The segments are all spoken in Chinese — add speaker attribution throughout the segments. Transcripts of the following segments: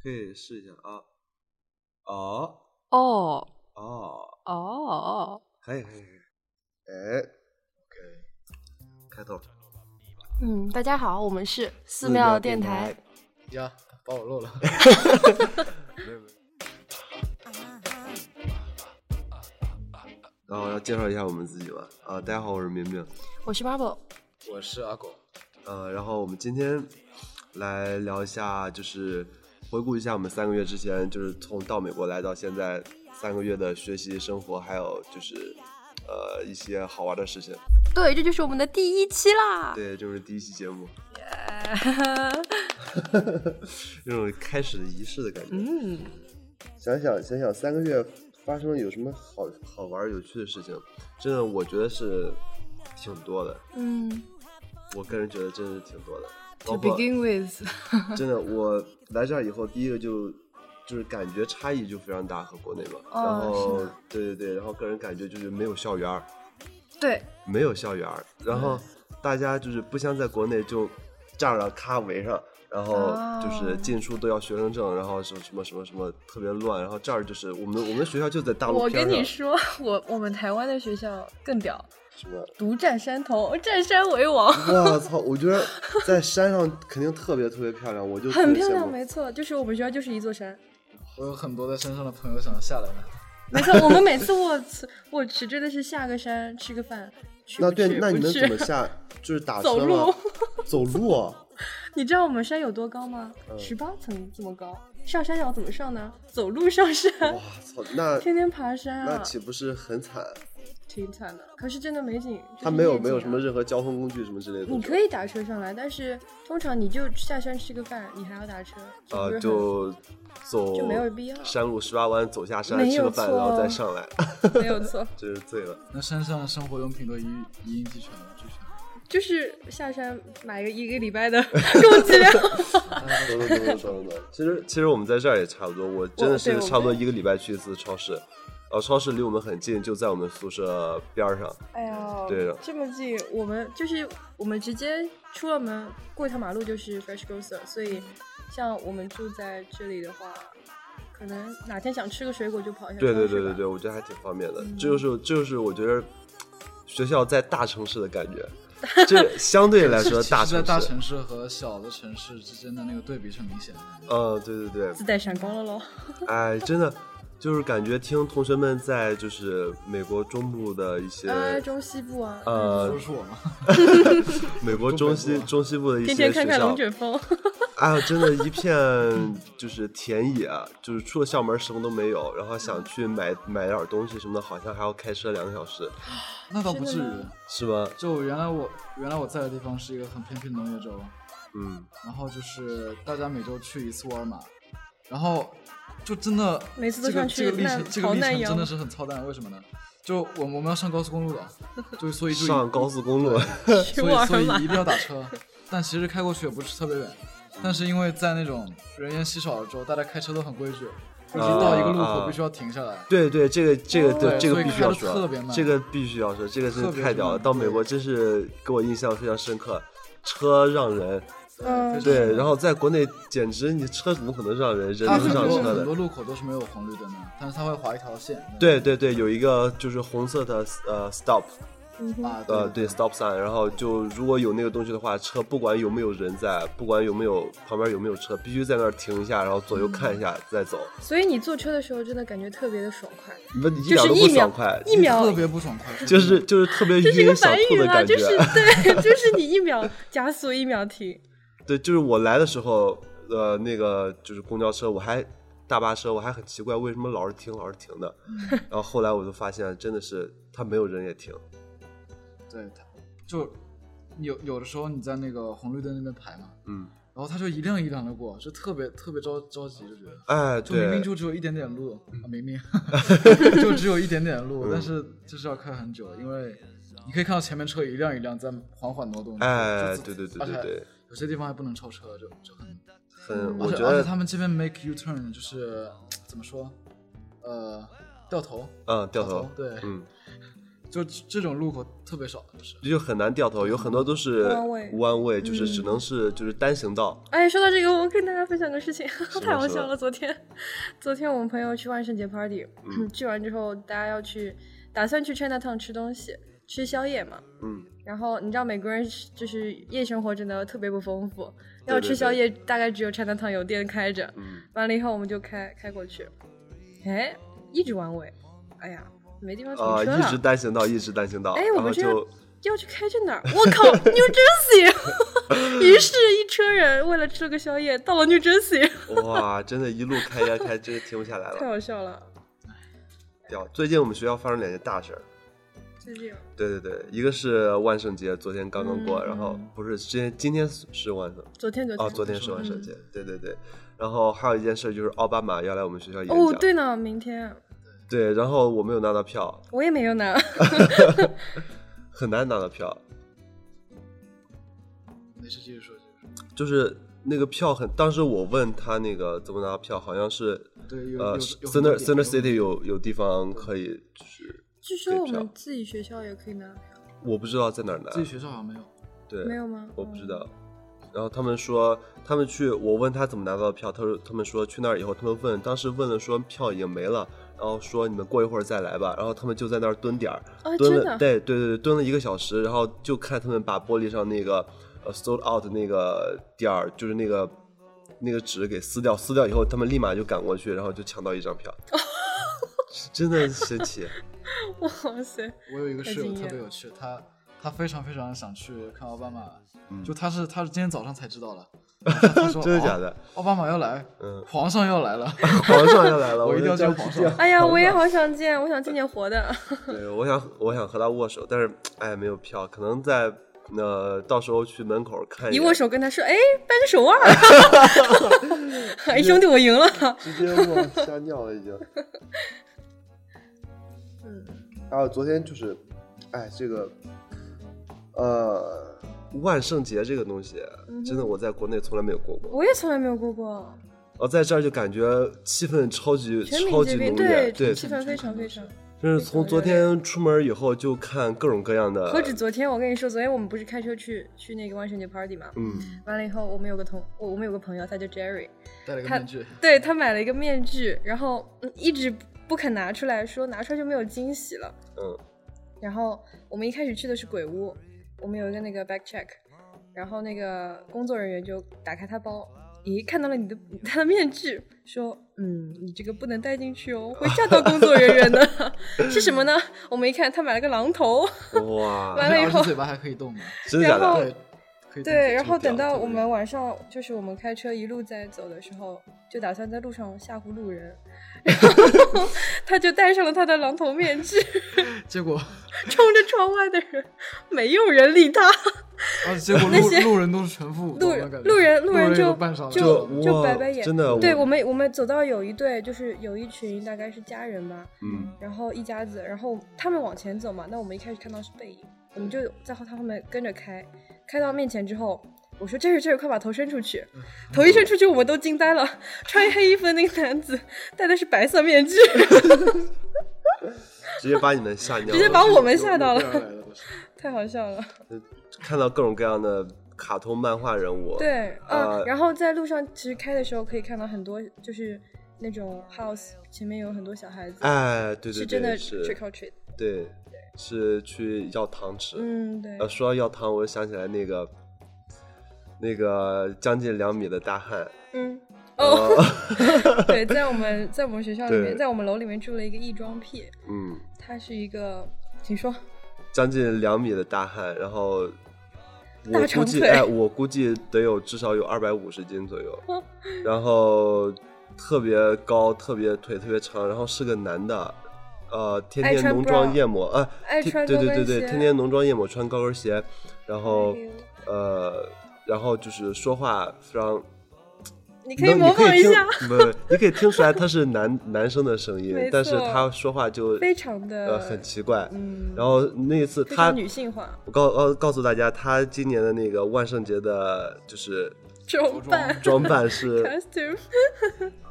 Speaker 1: 可以试一下啊。哦
Speaker 2: 哦
Speaker 1: 哦，
Speaker 2: 哦，
Speaker 1: 可以可以可以。哎，OK，开头。
Speaker 2: 嗯，大家好，我们是寺
Speaker 1: 庙
Speaker 2: 庙
Speaker 1: 电
Speaker 2: 电
Speaker 1: 台
Speaker 2: 台。
Speaker 3: 呀，把我漏 了。
Speaker 1: 然后要介绍一下我们自己吧。啊，大家好，我是明明。
Speaker 2: 我是 Marble。
Speaker 3: 我是阿狗，
Speaker 1: 呃，然后我们今天来聊一下，就是回顾一下我们三个月之前，就是从到美国来到现在三个月的学习生活，还有就是呃一些好玩的事情。
Speaker 2: 对，这就是我们的第一期 啦。
Speaker 1: 对，这是第一期节 目，那种开始的仪式的感觉。
Speaker 2: 嗯，
Speaker 1: 想想想想，三个月发生了有什么好好玩有趣的事情？真的，我觉得是挺多的。
Speaker 2: 嗯
Speaker 1: 我个人觉得真的是挺多的。
Speaker 2: ，To
Speaker 1: 包括
Speaker 2: begin with，
Speaker 1: 真的，我来这儿以后，第一个就就是感觉差异就非常大，和国内嘛。
Speaker 2: 哦
Speaker 1: 然后
Speaker 2: 是吗，
Speaker 1: 对对对，然后个人感觉就是没有校园儿，
Speaker 2: 对，
Speaker 1: 没有校园儿，然
Speaker 4: 嗯
Speaker 1: 后大家就是不像在国内就站了咔围上，然后就是
Speaker 2: 哦
Speaker 1: 进出都要学生证，然后什么什么什么什么特别乱，然后这儿就是我们我们学校就在大陆
Speaker 4: 我
Speaker 1: 边
Speaker 4: 跟
Speaker 1: 上
Speaker 4: 你，说，我我们台湾的学校更屌，
Speaker 1: 什么。
Speaker 4: 独占山头，占山 为王，
Speaker 1: 我操！我觉得在山上肯定特别特别漂亮，我就特
Speaker 4: 很
Speaker 1: 别
Speaker 4: 漂
Speaker 1: 羡
Speaker 4: 亮，
Speaker 1: 慕
Speaker 4: 没错，就是我们学校就是一座山，
Speaker 3: 我有很多在山上的朋友想下来呢。
Speaker 4: 没错，我们每次 我去我去真的是下个山吃个饭，去
Speaker 1: 那
Speaker 4: 不
Speaker 1: 对
Speaker 4: 去，
Speaker 1: 那你
Speaker 4: 不
Speaker 1: 们
Speaker 4: 去
Speaker 1: 怎么下？就是打车
Speaker 4: 走
Speaker 1: 吗
Speaker 4: 路？
Speaker 1: 走路？啊
Speaker 4: 你知道我们山有多高吗？
Speaker 1: 嗯
Speaker 4: 十八层这么高，上山要怎么上呢？走路上山
Speaker 1: 哇，操！那
Speaker 4: 天天爬山
Speaker 1: 那
Speaker 4: 啊，
Speaker 1: 岂不是很惨？
Speaker 4: 挺惨的。可是真的美景，就是
Speaker 1: 它没有
Speaker 4: 夜景
Speaker 1: 没有
Speaker 4: 啊
Speaker 1: 什么任何交通工具什么之类的东
Speaker 4: 你
Speaker 1: 西吗。
Speaker 4: 可以打车上来，但是通常你就下山吃个饭，你还要打车，不是
Speaker 1: 呃，
Speaker 4: 很
Speaker 1: 就走
Speaker 4: 就没有必要
Speaker 1: 山路十八弯，走下山
Speaker 4: 没
Speaker 1: 吃个
Speaker 4: 有
Speaker 1: 饭，
Speaker 4: 错
Speaker 1: 然后再上来，
Speaker 4: 没有错。
Speaker 1: 真是醉了。
Speaker 3: 那山上生活用品都一一应俱全了，俱全了。
Speaker 4: 就是下山买个一个礼拜的 供给量。哎
Speaker 1: 走走走走走走。其实其实我们在这儿也差不多，我真的
Speaker 4: 对
Speaker 1: 是
Speaker 4: 我们
Speaker 1: 差不多一个礼拜去一次超市，然后超市离我们很近，就在我们宿舍边儿上。
Speaker 4: 哎呀，
Speaker 1: 对的
Speaker 4: 这么近，我们就是我们直接出了门，过一条马路就是 Fresh Grocer，所以像我们住在这里的话，可能哪天想吃个水果就跑一下
Speaker 1: 对对
Speaker 4: 超市
Speaker 1: 对对
Speaker 4: 吧嗯
Speaker 1: 对，我觉得还挺方便的。这就是这就是我觉得学校在大城市的感觉，这相对来说
Speaker 3: 其实
Speaker 1: 大
Speaker 3: 在
Speaker 1: 城
Speaker 3: 大
Speaker 1: 市。
Speaker 3: 城市和小的城市之间的那个对比是很明显的。
Speaker 1: 嗯，对对对，
Speaker 4: 自带闪光了喽。
Speaker 1: 哎，真的，就是感觉听同学们在就是美国中部的一些、
Speaker 4: 哎，中西部啊，
Speaker 1: 呃
Speaker 3: 说是 我吗？
Speaker 1: 美国中西
Speaker 3: 啊
Speaker 1: 中西部的一些
Speaker 4: 天
Speaker 1: 学校，
Speaker 4: 天看看龙卷风。
Speaker 1: 哎呦，真的，一片就是田野，啊就是出了校门什么都没有，然后想去买买点东西什么的，好像还要开车两个小时，
Speaker 3: 那倒不至
Speaker 4: 真的
Speaker 3: 于
Speaker 4: 吗。
Speaker 1: 是吗？
Speaker 3: 就原来我原来我在的地方是一个很偏僻的农业州，
Speaker 1: 嗯，
Speaker 3: 然后就是大家每周去一次沃尔玛，然后就真的
Speaker 4: 每次都
Speaker 3: 这个
Speaker 4: 像去
Speaker 3: 这个历程
Speaker 4: 那
Speaker 3: 这个
Speaker 4: 逃
Speaker 3: 历
Speaker 4: 难一
Speaker 3: 程
Speaker 4: 样
Speaker 3: 真的是很操蛋，为什么呢？就我们我们要上高速 公路的，就所以就
Speaker 1: 上高速公路，
Speaker 4: 去
Speaker 3: 所
Speaker 4: 沃
Speaker 3: 以
Speaker 4: 尔
Speaker 3: 所以
Speaker 4: 玛
Speaker 3: 一定要打车，但其实开过去也不是特别远，但是因为在那种人烟稀少的州，大家开车都很规矩，就一到一个路
Speaker 1: 啊
Speaker 3: 口必须要停下来。
Speaker 1: 对对，这个这个对
Speaker 3: 哦对
Speaker 1: 这个
Speaker 3: 所以
Speaker 1: 必须
Speaker 3: 开
Speaker 1: 要
Speaker 3: 得特
Speaker 1: 说啊
Speaker 3: 别，慢
Speaker 1: 这个必须要说，这个真的
Speaker 3: 特别
Speaker 1: 太屌了。
Speaker 3: 慢
Speaker 1: 到美国
Speaker 3: 对
Speaker 1: 真是给我印象非常深刻，车让人，
Speaker 4: 嗯
Speaker 3: 非常
Speaker 1: 对，然后在国内简直你车怎么可能让人，人
Speaker 3: 它
Speaker 1: 能
Speaker 3: 很
Speaker 1: 让
Speaker 3: 多
Speaker 1: 车
Speaker 3: 很
Speaker 1: 啊的
Speaker 3: 多？路口都啊是没有红绿灯的，但是它会划一条线。
Speaker 1: 对对对，有一个就是红色的呃 stop，
Speaker 3: 啊，
Speaker 1: 呃
Speaker 3: 对
Speaker 1: 对 stop sign，然后就如果有那个东西的话，车不管有没有人在，不管有没有旁边有没有车，必须在那儿停一下，然后左右看一
Speaker 3: 嗯
Speaker 1: 下再走，
Speaker 4: 所以你坐车的时候真的感觉特别的爽快，
Speaker 1: 不一
Speaker 4: 就
Speaker 1: 点
Speaker 4: 是
Speaker 1: 都不
Speaker 4: 一秒
Speaker 1: 爽快，
Speaker 4: 一秒
Speaker 3: 特别不爽快，
Speaker 1: 就是就是特别
Speaker 4: 这是个
Speaker 1: 晕想
Speaker 4: 反
Speaker 1: 吐
Speaker 4: 语
Speaker 1: 的
Speaker 4: 啊，
Speaker 1: 感觉
Speaker 4: 就。是对， 就是你一秒加速一秒停，
Speaker 1: 对，就是我来的时候，呃，那个就是公交车，我还大巴车，我还很奇怪为什么老是停，老是停 的。然后后来我就发现，真的是它没有人也停。
Speaker 3: 对，它就有有的时候你在那个红绿灯那边排嘛，
Speaker 1: 嗯，
Speaker 3: 然后他就一辆一辆的过，就特别特别着着急，就觉得。
Speaker 1: 哎，
Speaker 3: 就明
Speaker 1: 对
Speaker 3: 明，就只有一点点路，啊、明 明就只有一点点
Speaker 1: 嗯
Speaker 3: 路，但是就是要开很久，因为你可以看到前面车一辆一辆在缓缓挪动。
Speaker 1: 哎，
Speaker 3: 就
Speaker 1: 对对对
Speaker 3: 自
Speaker 1: 对，
Speaker 3: 而且
Speaker 1: 对，
Speaker 3: 有些地方还不能超车，就就很。
Speaker 1: 很，
Speaker 3: 而
Speaker 1: 我
Speaker 3: 且
Speaker 1: 觉
Speaker 3: 而且
Speaker 1: 得，
Speaker 3: 他们这边 make U turn 就是怎么说，呃，掉头，
Speaker 1: 嗯，掉头，
Speaker 3: 对，
Speaker 1: 嗯，
Speaker 3: 就这种路口特别少，就是
Speaker 1: 就很难掉头，有很多都是
Speaker 4: 无嗯弯位
Speaker 1: 无弯位，就是只
Speaker 4: 嗯
Speaker 1: 能是就是单行道。
Speaker 4: 哎，说到这个，我跟大家分享个事情，
Speaker 1: 么
Speaker 4: 太好
Speaker 1: 说
Speaker 4: 笑了。昨天，昨天我们朋友去万圣节 party，、去
Speaker 1: 嗯
Speaker 4: 完之后，大家要去，打算去 China Town 吃东西，吃宵夜嘛。
Speaker 1: 嗯，
Speaker 4: 然后你知道美国人是就是夜生活真的特别不丰富，
Speaker 1: 对
Speaker 4: 要
Speaker 1: 对
Speaker 4: 吃宵
Speaker 1: 对
Speaker 4: 夜大概只有 China Town 有店开着。
Speaker 1: 嗯，
Speaker 4: 完了以后我们就开开过去，哎，一直弯位，哎呀，没地方停
Speaker 1: 啊、
Speaker 4: 车
Speaker 1: 一直
Speaker 4: 了。
Speaker 1: 单行道，一直单行道，
Speaker 4: 哎我
Speaker 1: 然
Speaker 4: 们
Speaker 1: 后
Speaker 4: 这样
Speaker 1: 就
Speaker 4: 要去开去哪儿？我靠，New Jersey！于 是，一车人为了吃了个宵夜，到了 New Jersey，
Speaker 1: 哇，真的，一路开呀开，真的停不下来
Speaker 4: 太
Speaker 1: 了。
Speaker 4: 好笑了。
Speaker 1: 掉，最近我们学校发生两件大事儿。
Speaker 4: 就这样，
Speaker 1: 对对对，一个是万圣节，昨天刚刚过，
Speaker 4: 嗯
Speaker 1: 然后不是今天今天是万圣
Speaker 4: 昨天昨天
Speaker 1: 哦，昨天是万圣节，对对对。然后还有一件事就是奥巴马要来我们学校演讲，
Speaker 4: 哦，对呢，明天
Speaker 1: 对然后我没有拿到票，
Speaker 4: 我也没有呢。
Speaker 1: 很难拿到票，
Speaker 3: 没事继续说，继续说。
Speaker 1: 就是那个票很，当时我问他那个怎么拿到票，好像是
Speaker 3: 对，有有
Speaker 1: 呃
Speaker 3: 有很多
Speaker 1: Center
Speaker 3: 点
Speaker 1: Center City 有有地方可以，就是
Speaker 4: 据说我
Speaker 1: 对
Speaker 4: 们
Speaker 1: 票
Speaker 4: 自己学校也可以拿票，
Speaker 1: 我不知道在哪儿拿
Speaker 3: 自，己学校好像没有，
Speaker 1: 对，
Speaker 4: 没有吗？
Speaker 1: 我不知
Speaker 4: 哦。
Speaker 1: 道。然后他们说，他们去，我问他怎么拿到的票，他说他们说去那儿以后，他们问，当时问了说票已经没了，然后说你们过一会儿再来吧，然后他们就在那儿蹲点儿，
Speaker 4: 啊，
Speaker 1: 蹲
Speaker 4: 真
Speaker 1: 了，
Speaker 4: 的，
Speaker 1: 对对对对，蹲了一个小时，然后就看他们把玻璃上那个呃 sold out 那个点儿，就是那个那个纸给撕掉，撕掉以后，他们立马就赶过去，然后就抢到一张 票，是真的神 奇，
Speaker 4: 哇塞，
Speaker 3: 我有一个
Speaker 4: 太
Speaker 3: 室友
Speaker 4: 敬业
Speaker 3: 特别
Speaker 4: 了
Speaker 3: 有趣，他他非常非常想去看奥巴马，
Speaker 1: 嗯
Speaker 3: 就他是他是今天早上才知道了，他说
Speaker 1: 真的
Speaker 3: 哦
Speaker 1: 假的？
Speaker 3: 奥巴马要来，
Speaker 1: 嗯
Speaker 3: 皇上要来了，
Speaker 1: 皇上要来了，
Speaker 3: 我一定要
Speaker 1: 就
Speaker 3: 见皇上
Speaker 1: 见
Speaker 4: 哎呀，我也好想见，我想见见 活的。
Speaker 1: 对，我想我想和他握手，但是哎，没有票，可能在呃到时候去门口看一
Speaker 4: 一
Speaker 1: 眼
Speaker 4: 握，手跟他说，哎，掰个手 腕儿。哎，兄弟，我赢了。
Speaker 1: 直接握吓尿了已经。
Speaker 4: 嗯，
Speaker 1: 还有啊昨天就是，哎，这个呃万圣节这个东西，
Speaker 4: 嗯
Speaker 1: 真的我在国内从来没有过过，
Speaker 4: 我也从来没有过过，
Speaker 1: 我在这儿就感觉气氛超级
Speaker 4: 全民
Speaker 1: 超级
Speaker 4: 这边
Speaker 1: 浓烈，对，
Speaker 4: 气氛非常非常。
Speaker 1: 就是从昨天出门以后就看各种各样的，
Speaker 4: 何止昨天，我跟你说，昨天我们不是开车去去那个万圣节 party 嘛？
Speaker 1: 嗯，
Speaker 4: 完了以后，我们有个同我我们有个朋友，他叫 Jerry，
Speaker 3: 戴了个
Speaker 4: 他
Speaker 3: 面具，
Speaker 4: 对他买了一个面具，然后嗯一直不肯拿出来，说拿出来就没有惊喜了。
Speaker 1: 嗯，
Speaker 4: 然后我们一开始去的是鬼屋，我们有一个那个 back check，然后那个工作人员就打开他包，咦，看到了你的 他的面具，说，嗯，你这个不能带进去哦，会吓到工作人员的。是什么呢？我们一看，他买了个狼头，
Speaker 1: 啊哇，
Speaker 4: 完了以
Speaker 3: 而且
Speaker 4: 后
Speaker 3: 嘴巴还可以动的，
Speaker 1: 真的假
Speaker 4: 然后
Speaker 1: 的？
Speaker 3: 对，可以动
Speaker 4: 对，然
Speaker 3: 这
Speaker 4: 后
Speaker 3: 个
Speaker 4: 等
Speaker 3: 表
Speaker 4: 到我
Speaker 3: 特别
Speaker 4: 们晚上，就是我们开车一路在走的时候，就打算在路上吓唬路人， 然后他就戴上了他的狼头面具，
Speaker 3: 结果
Speaker 4: 冲着窗外的人，没有人理他，
Speaker 3: 而且结果路路人都是全副武
Speaker 4: 路
Speaker 3: 装的
Speaker 4: 人
Speaker 3: 感觉，
Speaker 4: 路人路
Speaker 3: 路人
Speaker 4: 人就
Speaker 3: 都扮上了
Speaker 4: 就
Speaker 1: 就
Speaker 4: 就
Speaker 1: 哇
Speaker 4: 白白眼，
Speaker 1: 真的
Speaker 4: 对
Speaker 1: 我
Speaker 4: 我们我们走到有一对，就是有一群大概是家人吧，
Speaker 1: 嗯，
Speaker 4: 然后一家子，然后他们往前走嘛，那我们一开始看到是背影，我们就在后他后面跟着开，开到面前之后，我说这是这是，快把头伸 出去，头一伸出去，我们都惊呆了，穿黑衣服的那个男子戴的是白色 面具，
Speaker 1: 直接把你们吓尿了，
Speaker 4: 直接把我们吓到
Speaker 3: 路人
Speaker 4: 了，
Speaker 3: 来了都是
Speaker 4: 太好笑了。
Speaker 1: 看到各种各样的卡通漫画人物，
Speaker 4: 对，
Speaker 1: 呃
Speaker 4: 嗯，然后在路上其实开的时候可以看到很多就是那种 house 前面有很多小孩子，
Speaker 1: 哎，对对
Speaker 4: 是真
Speaker 1: 对，
Speaker 4: 的 trick or
Speaker 1: 是，
Speaker 4: treat，
Speaker 1: 对，是去要糖吃。
Speaker 4: 嗯，对
Speaker 1: 呃，，说到要糖，我就想起来那个那个将近两米的大汉，
Speaker 4: 嗯，哦。 对，在我们在我们学校里
Speaker 1: 呃对
Speaker 4: 面，在我们楼里面住了一个异装癖，
Speaker 1: 嗯，
Speaker 4: 他是一个，请说，
Speaker 1: 将近两米的大汉，然后我
Speaker 4: 大
Speaker 1: 估
Speaker 4: 长
Speaker 1: 计，
Speaker 4: 腿
Speaker 1: 哎，我估计得有至少有二百五十斤左右，
Speaker 4: 嗯
Speaker 1: 然后特别高，特别腿特别长，然后是个男的。呃，天
Speaker 4: 爱
Speaker 1: 天
Speaker 4: 穿
Speaker 1: 浓妆
Speaker 4: bra
Speaker 1: 艳抹啊，
Speaker 4: 爱
Speaker 1: 天
Speaker 4: 穿
Speaker 1: 对
Speaker 4: 高
Speaker 1: 对对
Speaker 4: 跟
Speaker 1: 对，
Speaker 4: 鞋
Speaker 1: 天天浓妆艳抹，穿高跟鞋，然后
Speaker 4: 哎呦
Speaker 1: 呃，然后就是说话非常
Speaker 4: 你
Speaker 1: 能你
Speaker 4: 可以模仿
Speaker 1: 可以
Speaker 4: 一
Speaker 1: 听
Speaker 4: 下，
Speaker 1: 不是，你可以听出来他是男男生的声音
Speaker 4: 没，
Speaker 1: 但是
Speaker 4: 错
Speaker 1: 他说话就
Speaker 4: 非常的
Speaker 1: 呃很奇怪。
Speaker 4: 嗯，
Speaker 1: 然后那一次
Speaker 4: 非
Speaker 1: 他
Speaker 4: 常，女性化，
Speaker 1: 我告告告诉大家，他今年的那个万圣节的，就是
Speaker 4: 装扮
Speaker 1: 装扮是
Speaker 4: costume，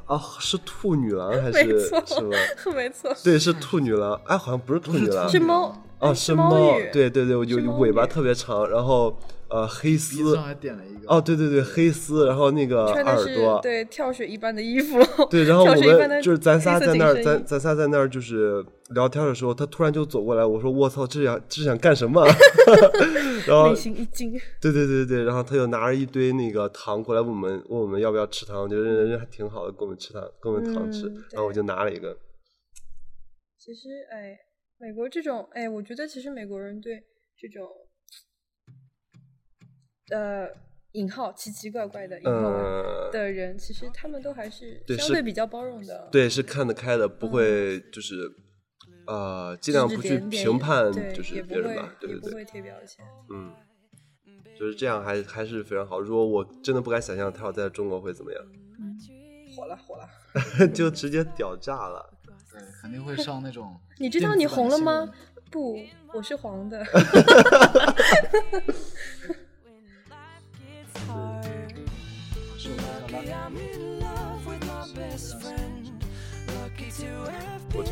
Speaker 1: 啊是兔女郎还
Speaker 4: 没
Speaker 1: 是
Speaker 4: 错
Speaker 1: 什么？
Speaker 4: 没错，
Speaker 1: 对，是兔女郎，哎，好像不是兔
Speaker 3: 不是
Speaker 1: 女郎
Speaker 3: 兔
Speaker 4: 是
Speaker 3: 女
Speaker 4: 猫，哎
Speaker 1: 哦，
Speaker 4: 是
Speaker 1: 是
Speaker 4: 猫
Speaker 1: 猫
Speaker 4: 语，
Speaker 1: 对对对，我
Speaker 4: 是猫
Speaker 1: 有尾巴
Speaker 4: 语
Speaker 1: 特别长，然后呃黑
Speaker 3: 鼻子
Speaker 1: 丝
Speaker 3: 上，还点了一个。
Speaker 1: 哦，对对对，黑丝，然后那个
Speaker 4: 穿的
Speaker 1: 耳
Speaker 4: 是
Speaker 1: 朵，
Speaker 4: 对跳水一般的衣服，
Speaker 1: 对，然后
Speaker 4: 跳
Speaker 1: 我
Speaker 4: 水一般的
Speaker 1: 们就是咱仨
Speaker 4: 黑色
Speaker 1: 在
Speaker 4: 紧
Speaker 1: 那儿，
Speaker 4: 身
Speaker 1: 咱
Speaker 4: 衣
Speaker 1: 咱仨在那儿就是聊天的时候，他突然就走过来，我说我操，这想这想干什么？ 然后
Speaker 4: 内心一惊，
Speaker 1: 对对对对，然后他就拿着一堆那个糖过来问我们问我们要不要吃糖，我觉得人人还挺好的，给我们吃糖，给我们糖吃，
Speaker 4: 嗯
Speaker 1: 然后我就拿了一个，
Speaker 4: 其实，哎，美国这种，哎，我觉得其实美国人对这种，呃，引号奇奇怪怪的引号吧
Speaker 1: 嗯，
Speaker 4: 的人，其实他们都还是
Speaker 1: 对
Speaker 4: 相
Speaker 1: 是
Speaker 4: 对比较包容的。嗯
Speaker 1: 对，是看得开的，不会就是呃，尽量
Speaker 4: 指指
Speaker 1: 不去
Speaker 4: 点点也
Speaker 1: 评判
Speaker 4: 对
Speaker 1: 就是
Speaker 4: 也不
Speaker 1: 别人吧，
Speaker 4: 会
Speaker 1: 对
Speaker 4: 也
Speaker 1: 对
Speaker 4: 不
Speaker 1: 对。
Speaker 4: 会贴标签。
Speaker 1: 嗯，就是这样还，还是非常好。如果我真的不敢想象他要在中国会怎么样，
Speaker 4: 火了火了！。
Speaker 1: 就直接屌炸了。
Speaker 3: 对，肯定会上那种？
Speaker 4: 你知
Speaker 1: 嗯
Speaker 4: 道你红了吗？不，我是 黄的。
Speaker 3: 是我想当年
Speaker 1: 我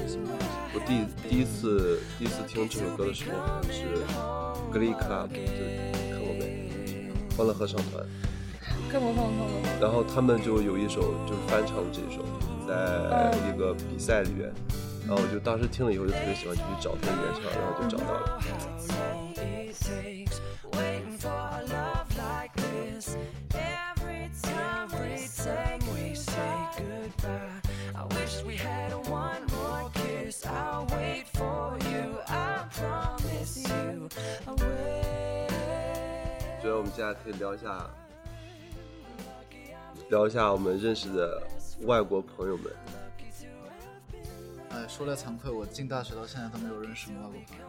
Speaker 1: 我第第一次第一次听这首歌的时候，好像是 Glee Club，就是看过没？欢乐合唱团，
Speaker 4: 看我看我看我，
Speaker 1: 然后他们就有一首就是翻唱这首，在一个比赛里面。然后我就当时听了以后就特别喜欢，就去找他的原唱，然后就找到了。觉得我们现在可以聊一下，聊一下我们认识的外国朋友们。
Speaker 3: 哎，说来惭愧，我进大学到现在都没有认识什么外国朋友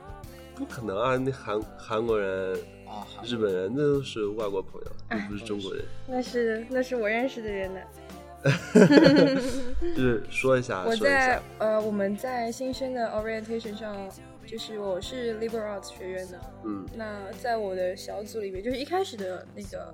Speaker 1: 不可能啊！那韩韩国人、
Speaker 3: 啊，还
Speaker 1: 日本人，那都是外国朋友，又不是中国人。
Speaker 4: 那是那是我认识的人呢。
Speaker 1: 就是说一下，
Speaker 4: 我
Speaker 1: 啊说一
Speaker 4: 在
Speaker 1: 下，
Speaker 4: 呃，我们在新生的 orientation 上，就是我是 liberal arts 学院的。
Speaker 1: 嗯
Speaker 4: 那在我的小组里面，就是一开始的那个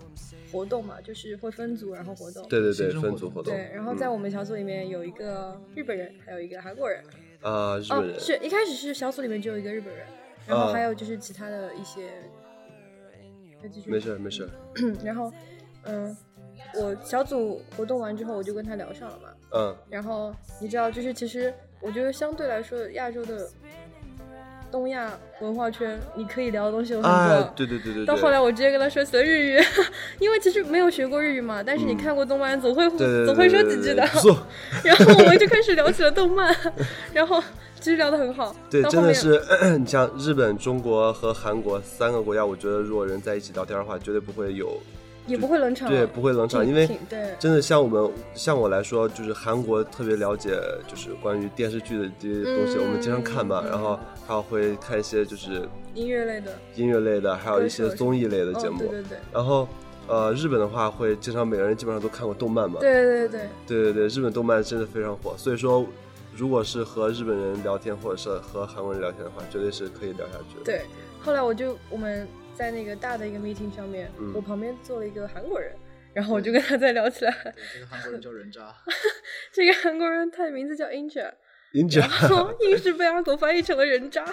Speaker 4: 活动嘛，就是会分组然后活动。
Speaker 1: 对对
Speaker 3: 新
Speaker 1: 对，
Speaker 3: 生活
Speaker 1: 分组活动。
Speaker 4: 对，然后在
Speaker 1: 嗯
Speaker 4: 我们小组里面有一个日本人，还有一个韩国人。
Speaker 1: 啊，日
Speaker 4: 哦
Speaker 1: 本，人
Speaker 4: 是一开始是小组里面只有一个日本人，然后
Speaker 1: 啊
Speaker 4: 还有就是其他的一些。要继续
Speaker 1: 没事儿没事儿，
Speaker 4: 然后，嗯，我小组活动完之后，我就跟他聊上了嘛。
Speaker 1: 嗯
Speaker 4: 然后你知道，就是其实我觉得相对来说，亚洲的东亚文化圈，你可以聊的东西有很多。
Speaker 1: 啊，对对对对对。
Speaker 4: 到后来，我直接跟他说起了日语， 因为其实没有学过日语嘛，但是你看过动漫，总会、
Speaker 1: 嗯对对对
Speaker 4: 总会说几句的。
Speaker 1: 不错，
Speaker 4: 然后我们就开始聊起了 动漫， 然后其实聊得很好。
Speaker 1: 对，
Speaker 4: 到后
Speaker 1: 真的
Speaker 4: 面
Speaker 1: 是， 你像日本、中国和韩国三个国家，我觉得如果人在一起聊天的话，绝对不会有，
Speaker 4: 也不会冷场，啊
Speaker 1: 对，不会冷场，
Speaker 4: 嗯挺
Speaker 1: 因为
Speaker 4: 挺对
Speaker 1: 真的像我们像我来说，就是韩国特别了解，就是关于电视剧的这些东西，
Speaker 4: 嗯
Speaker 1: 我们经常看嘛，
Speaker 4: 嗯
Speaker 1: 然后还有会看一些就是
Speaker 4: 音乐类的
Speaker 1: 音乐类的，还有一些
Speaker 4: 歌手
Speaker 1: 综艺类的节
Speaker 4: 哦，
Speaker 1: 目。啊
Speaker 4: 对对对。
Speaker 1: 然后呃，日本的话会经常每个人基本上都看过动漫嘛。
Speaker 4: 对对对，
Speaker 1: 对对对日本动漫真的非常火，所以说。如果是和日本人聊天，或者是和韩国人聊天的话，绝对是可以聊下去的。
Speaker 4: 对，后来我就我们在那个大的一个 meeting 上面，
Speaker 1: 嗯
Speaker 4: 我旁边坐了一个韩国人，然后我就跟他在聊起来。
Speaker 3: 对这个韩国人叫人渣，
Speaker 4: 这个韩国人他的名字叫 Inja，
Speaker 1: ，Ninja
Speaker 4: 然后硬是被阿狗翻译成了人 渣。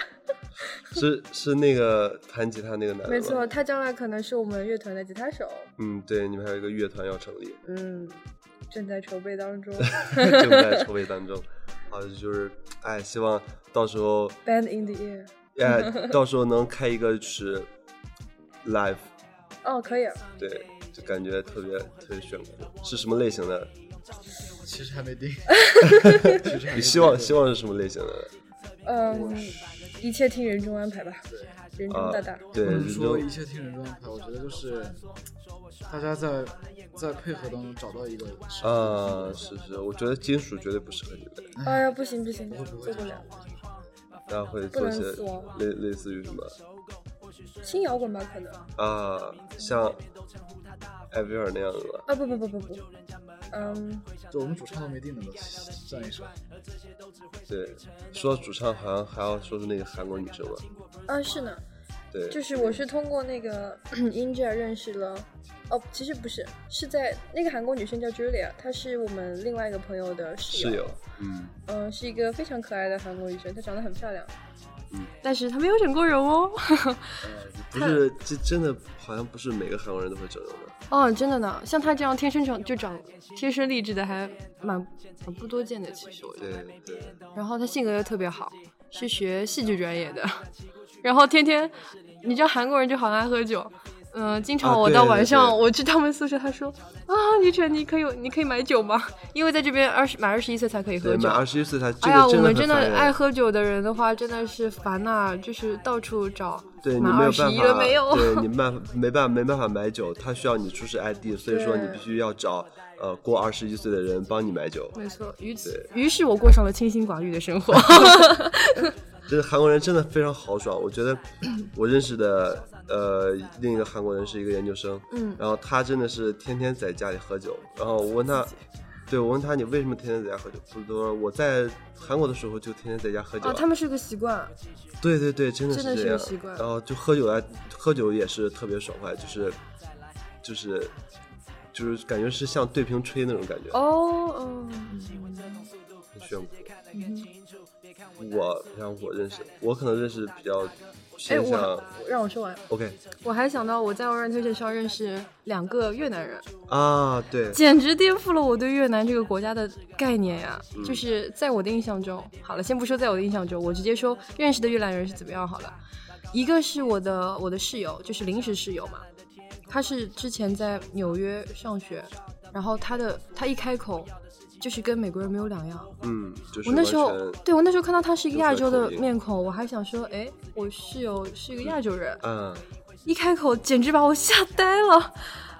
Speaker 1: 是是那个弹吉他那个男的吗
Speaker 4: 没错，，他将来可能是我们乐团的吉他手。
Speaker 1: 嗯，对，你们还有一个乐团要成立。
Speaker 4: 嗯，正在筹备 当中
Speaker 1: 正在筹备当中。啊，就是哎，希望到时候
Speaker 4: ，Band in the Air。
Speaker 1: 哎， 到时候能开一个就是 live，
Speaker 4: 哦，可以啊，
Speaker 1: 对，就感觉特别特别炫酷。是什么类型的？
Speaker 3: 其实还 没定。其 实还
Speaker 1: 你
Speaker 3: 没定
Speaker 1: 希望希望是什么类型的？
Speaker 4: 嗯，一切听人中安排吧，人中
Speaker 1: 啊
Speaker 4: 嗯大大。，
Speaker 1: 对，
Speaker 3: 不能
Speaker 1: 人
Speaker 3: 说一
Speaker 1: 中
Speaker 3: 切听人中安排，我觉得就是大家在在配合当中找到一个适合
Speaker 1: 啊，是是，我觉得金属绝对不适合你们，
Speaker 4: 哎
Speaker 5: 呃
Speaker 4: 呀，不行不行，
Speaker 3: 不会不
Speaker 4: 做
Speaker 3: 会
Speaker 4: 不了，
Speaker 1: 大家会做一些
Speaker 4: 不能说
Speaker 1: 类类似于什么
Speaker 4: 轻摇滚吧可能。
Speaker 1: 啊，像艾薇儿那样的吧。
Speaker 4: 啊不不不不不，嗯，
Speaker 3: 就我们主唱都没定呢，都算一首。
Speaker 1: 对，说到主唱好像还要说是那个韩国女生吧？
Speaker 4: 啊是呢，
Speaker 1: 对，
Speaker 4: 就是我是通过那个 Inja 认识了
Speaker 5: 哦，其实不是，是在那个韩国女生叫 Julia，她是我们另外一个朋友的室
Speaker 1: 室友，嗯，
Speaker 5: 嗯，是一个非常可爱的韩国女生，她长得很漂亮。
Speaker 1: 嗯
Speaker 4: 但是他没有整过容哦。
Speaker 1: 不是，这真的好像不是每个韩国人都会整容的。
Speaker 4: 哦，真的呢，像他这样天生长就长天生丽质的还蛮蛮不多见的，其实我觉得。
Speaker 1: 对对，
Speaker 4: 然后他性格又特别好，是学戏剧专业的， 然后天天，你知道韩国人就好爱喝酒。嗯，经常
Speaker 1: 啊
Speaker 4: 我
Speaker 1: 对
Speaker 4: 到
Speaker 1: 对
Speaker 4: 晚
Speaker 1: 对
Speaker 4: 上，我去他们宿舍，他说啊，女晨，你可以有你可以买酒吗？ 因为在这边二十满二十一岁才可以喝
Speaker 1: 对，
Speaker 4: 酒
Speaker 1: 满。二十一岁才这
Speaker 4: 哎呀，
Speaker 1: 个
Speaker 4: 我
Speaker 1: 真的
Speaker 4: 们
Speaker 1: 很
Speaker 4: 真的
Speaker 1: 烦人
Speaker 4: 爱喝酒的人的话，真的是烦呐、就是到处找
Speaker 1: 对你
Speaker 4: 满
Speaker 1: 没有办
Speaker 4: 二十
Speaker 1: 法，
Speaker 4: 一了没有？
Speaker 1: 对你办没办没办法买酒，他需要你出示 ID，所以说你
Speaker 5: 对
Speaker 1: 必须要找呃过二十一岁的人帮你买酒。
Speaker 4: 没错，于此，
Speaker 1: 对
Speaker 4: 于是我过上了清心寡欲的 生活。
Speaker 1: 这个韩国人真的非常豪爽，我觉得我认识的呃另一个韩国人是一个研究生，
Speaker 4: 嗯，
Speaker 1: 然后他真的是天天在家里喝酒，然后我问他。对，我问他你为什么天天在家喝酒？他说我在韩国的时候就天天在家喝酒
Speaker 4: 啊，
Speaker 1: 啊。
Speaker 4: 他们是个习惯，
Speaker 1: 对对对，真的
Speaker 4: 真的
Speaker 1: 是
Speaker 4: 是
Speaker 1: 这样
Speaker 4: 个习惯。
Speaker 1: 然后就喝酒啊，喝酒也是特别爽快，就是就是就是感觉是像对瓶吹那种感觉，
Speaker 4: 哦，
Speaker 1: 很炫酷。
Speaker 4: 嗯
Speaker 1: 我然后我认识，我可能认识比较
Speaker 4: 哎，
Speaker 1: 偏向
Speaker 4: 我让我说完，
Speaker 1: OK
Speaker 4: 我还想到我在 orientation 上认识两个越南人，
Speaker 1: 啊，对，
Speaker 4: 简直颠覆了我对越南这个国家的概念呀！
Speaker 1: 嗯
Speaker 4: 就是在我的印象中，好了，先不说在我的印象中，我直接说认识的越南人是怎么样好了。一个是我的我的室友，就是临时室友嘛，他是之前在纽约上学，然后他的他一开口就是跟美国人没有两样，
Speaker 1: 嗯，就是
Speaker 4: 我那时候
Speaker 1: 完全
Speaker 4: 对我那时候看到他是一个
Speaker 1: 就
Speaker 4: 亚
Speaker 1: 是口
Speaker 4: 洲的
Speaker 1: 音
Speaker 4: 面孔，我还想说，哎，我室友是一个亚洲人，
Speaker 1: 嗯
Speaker 4: 一开口简直把我吓呆了，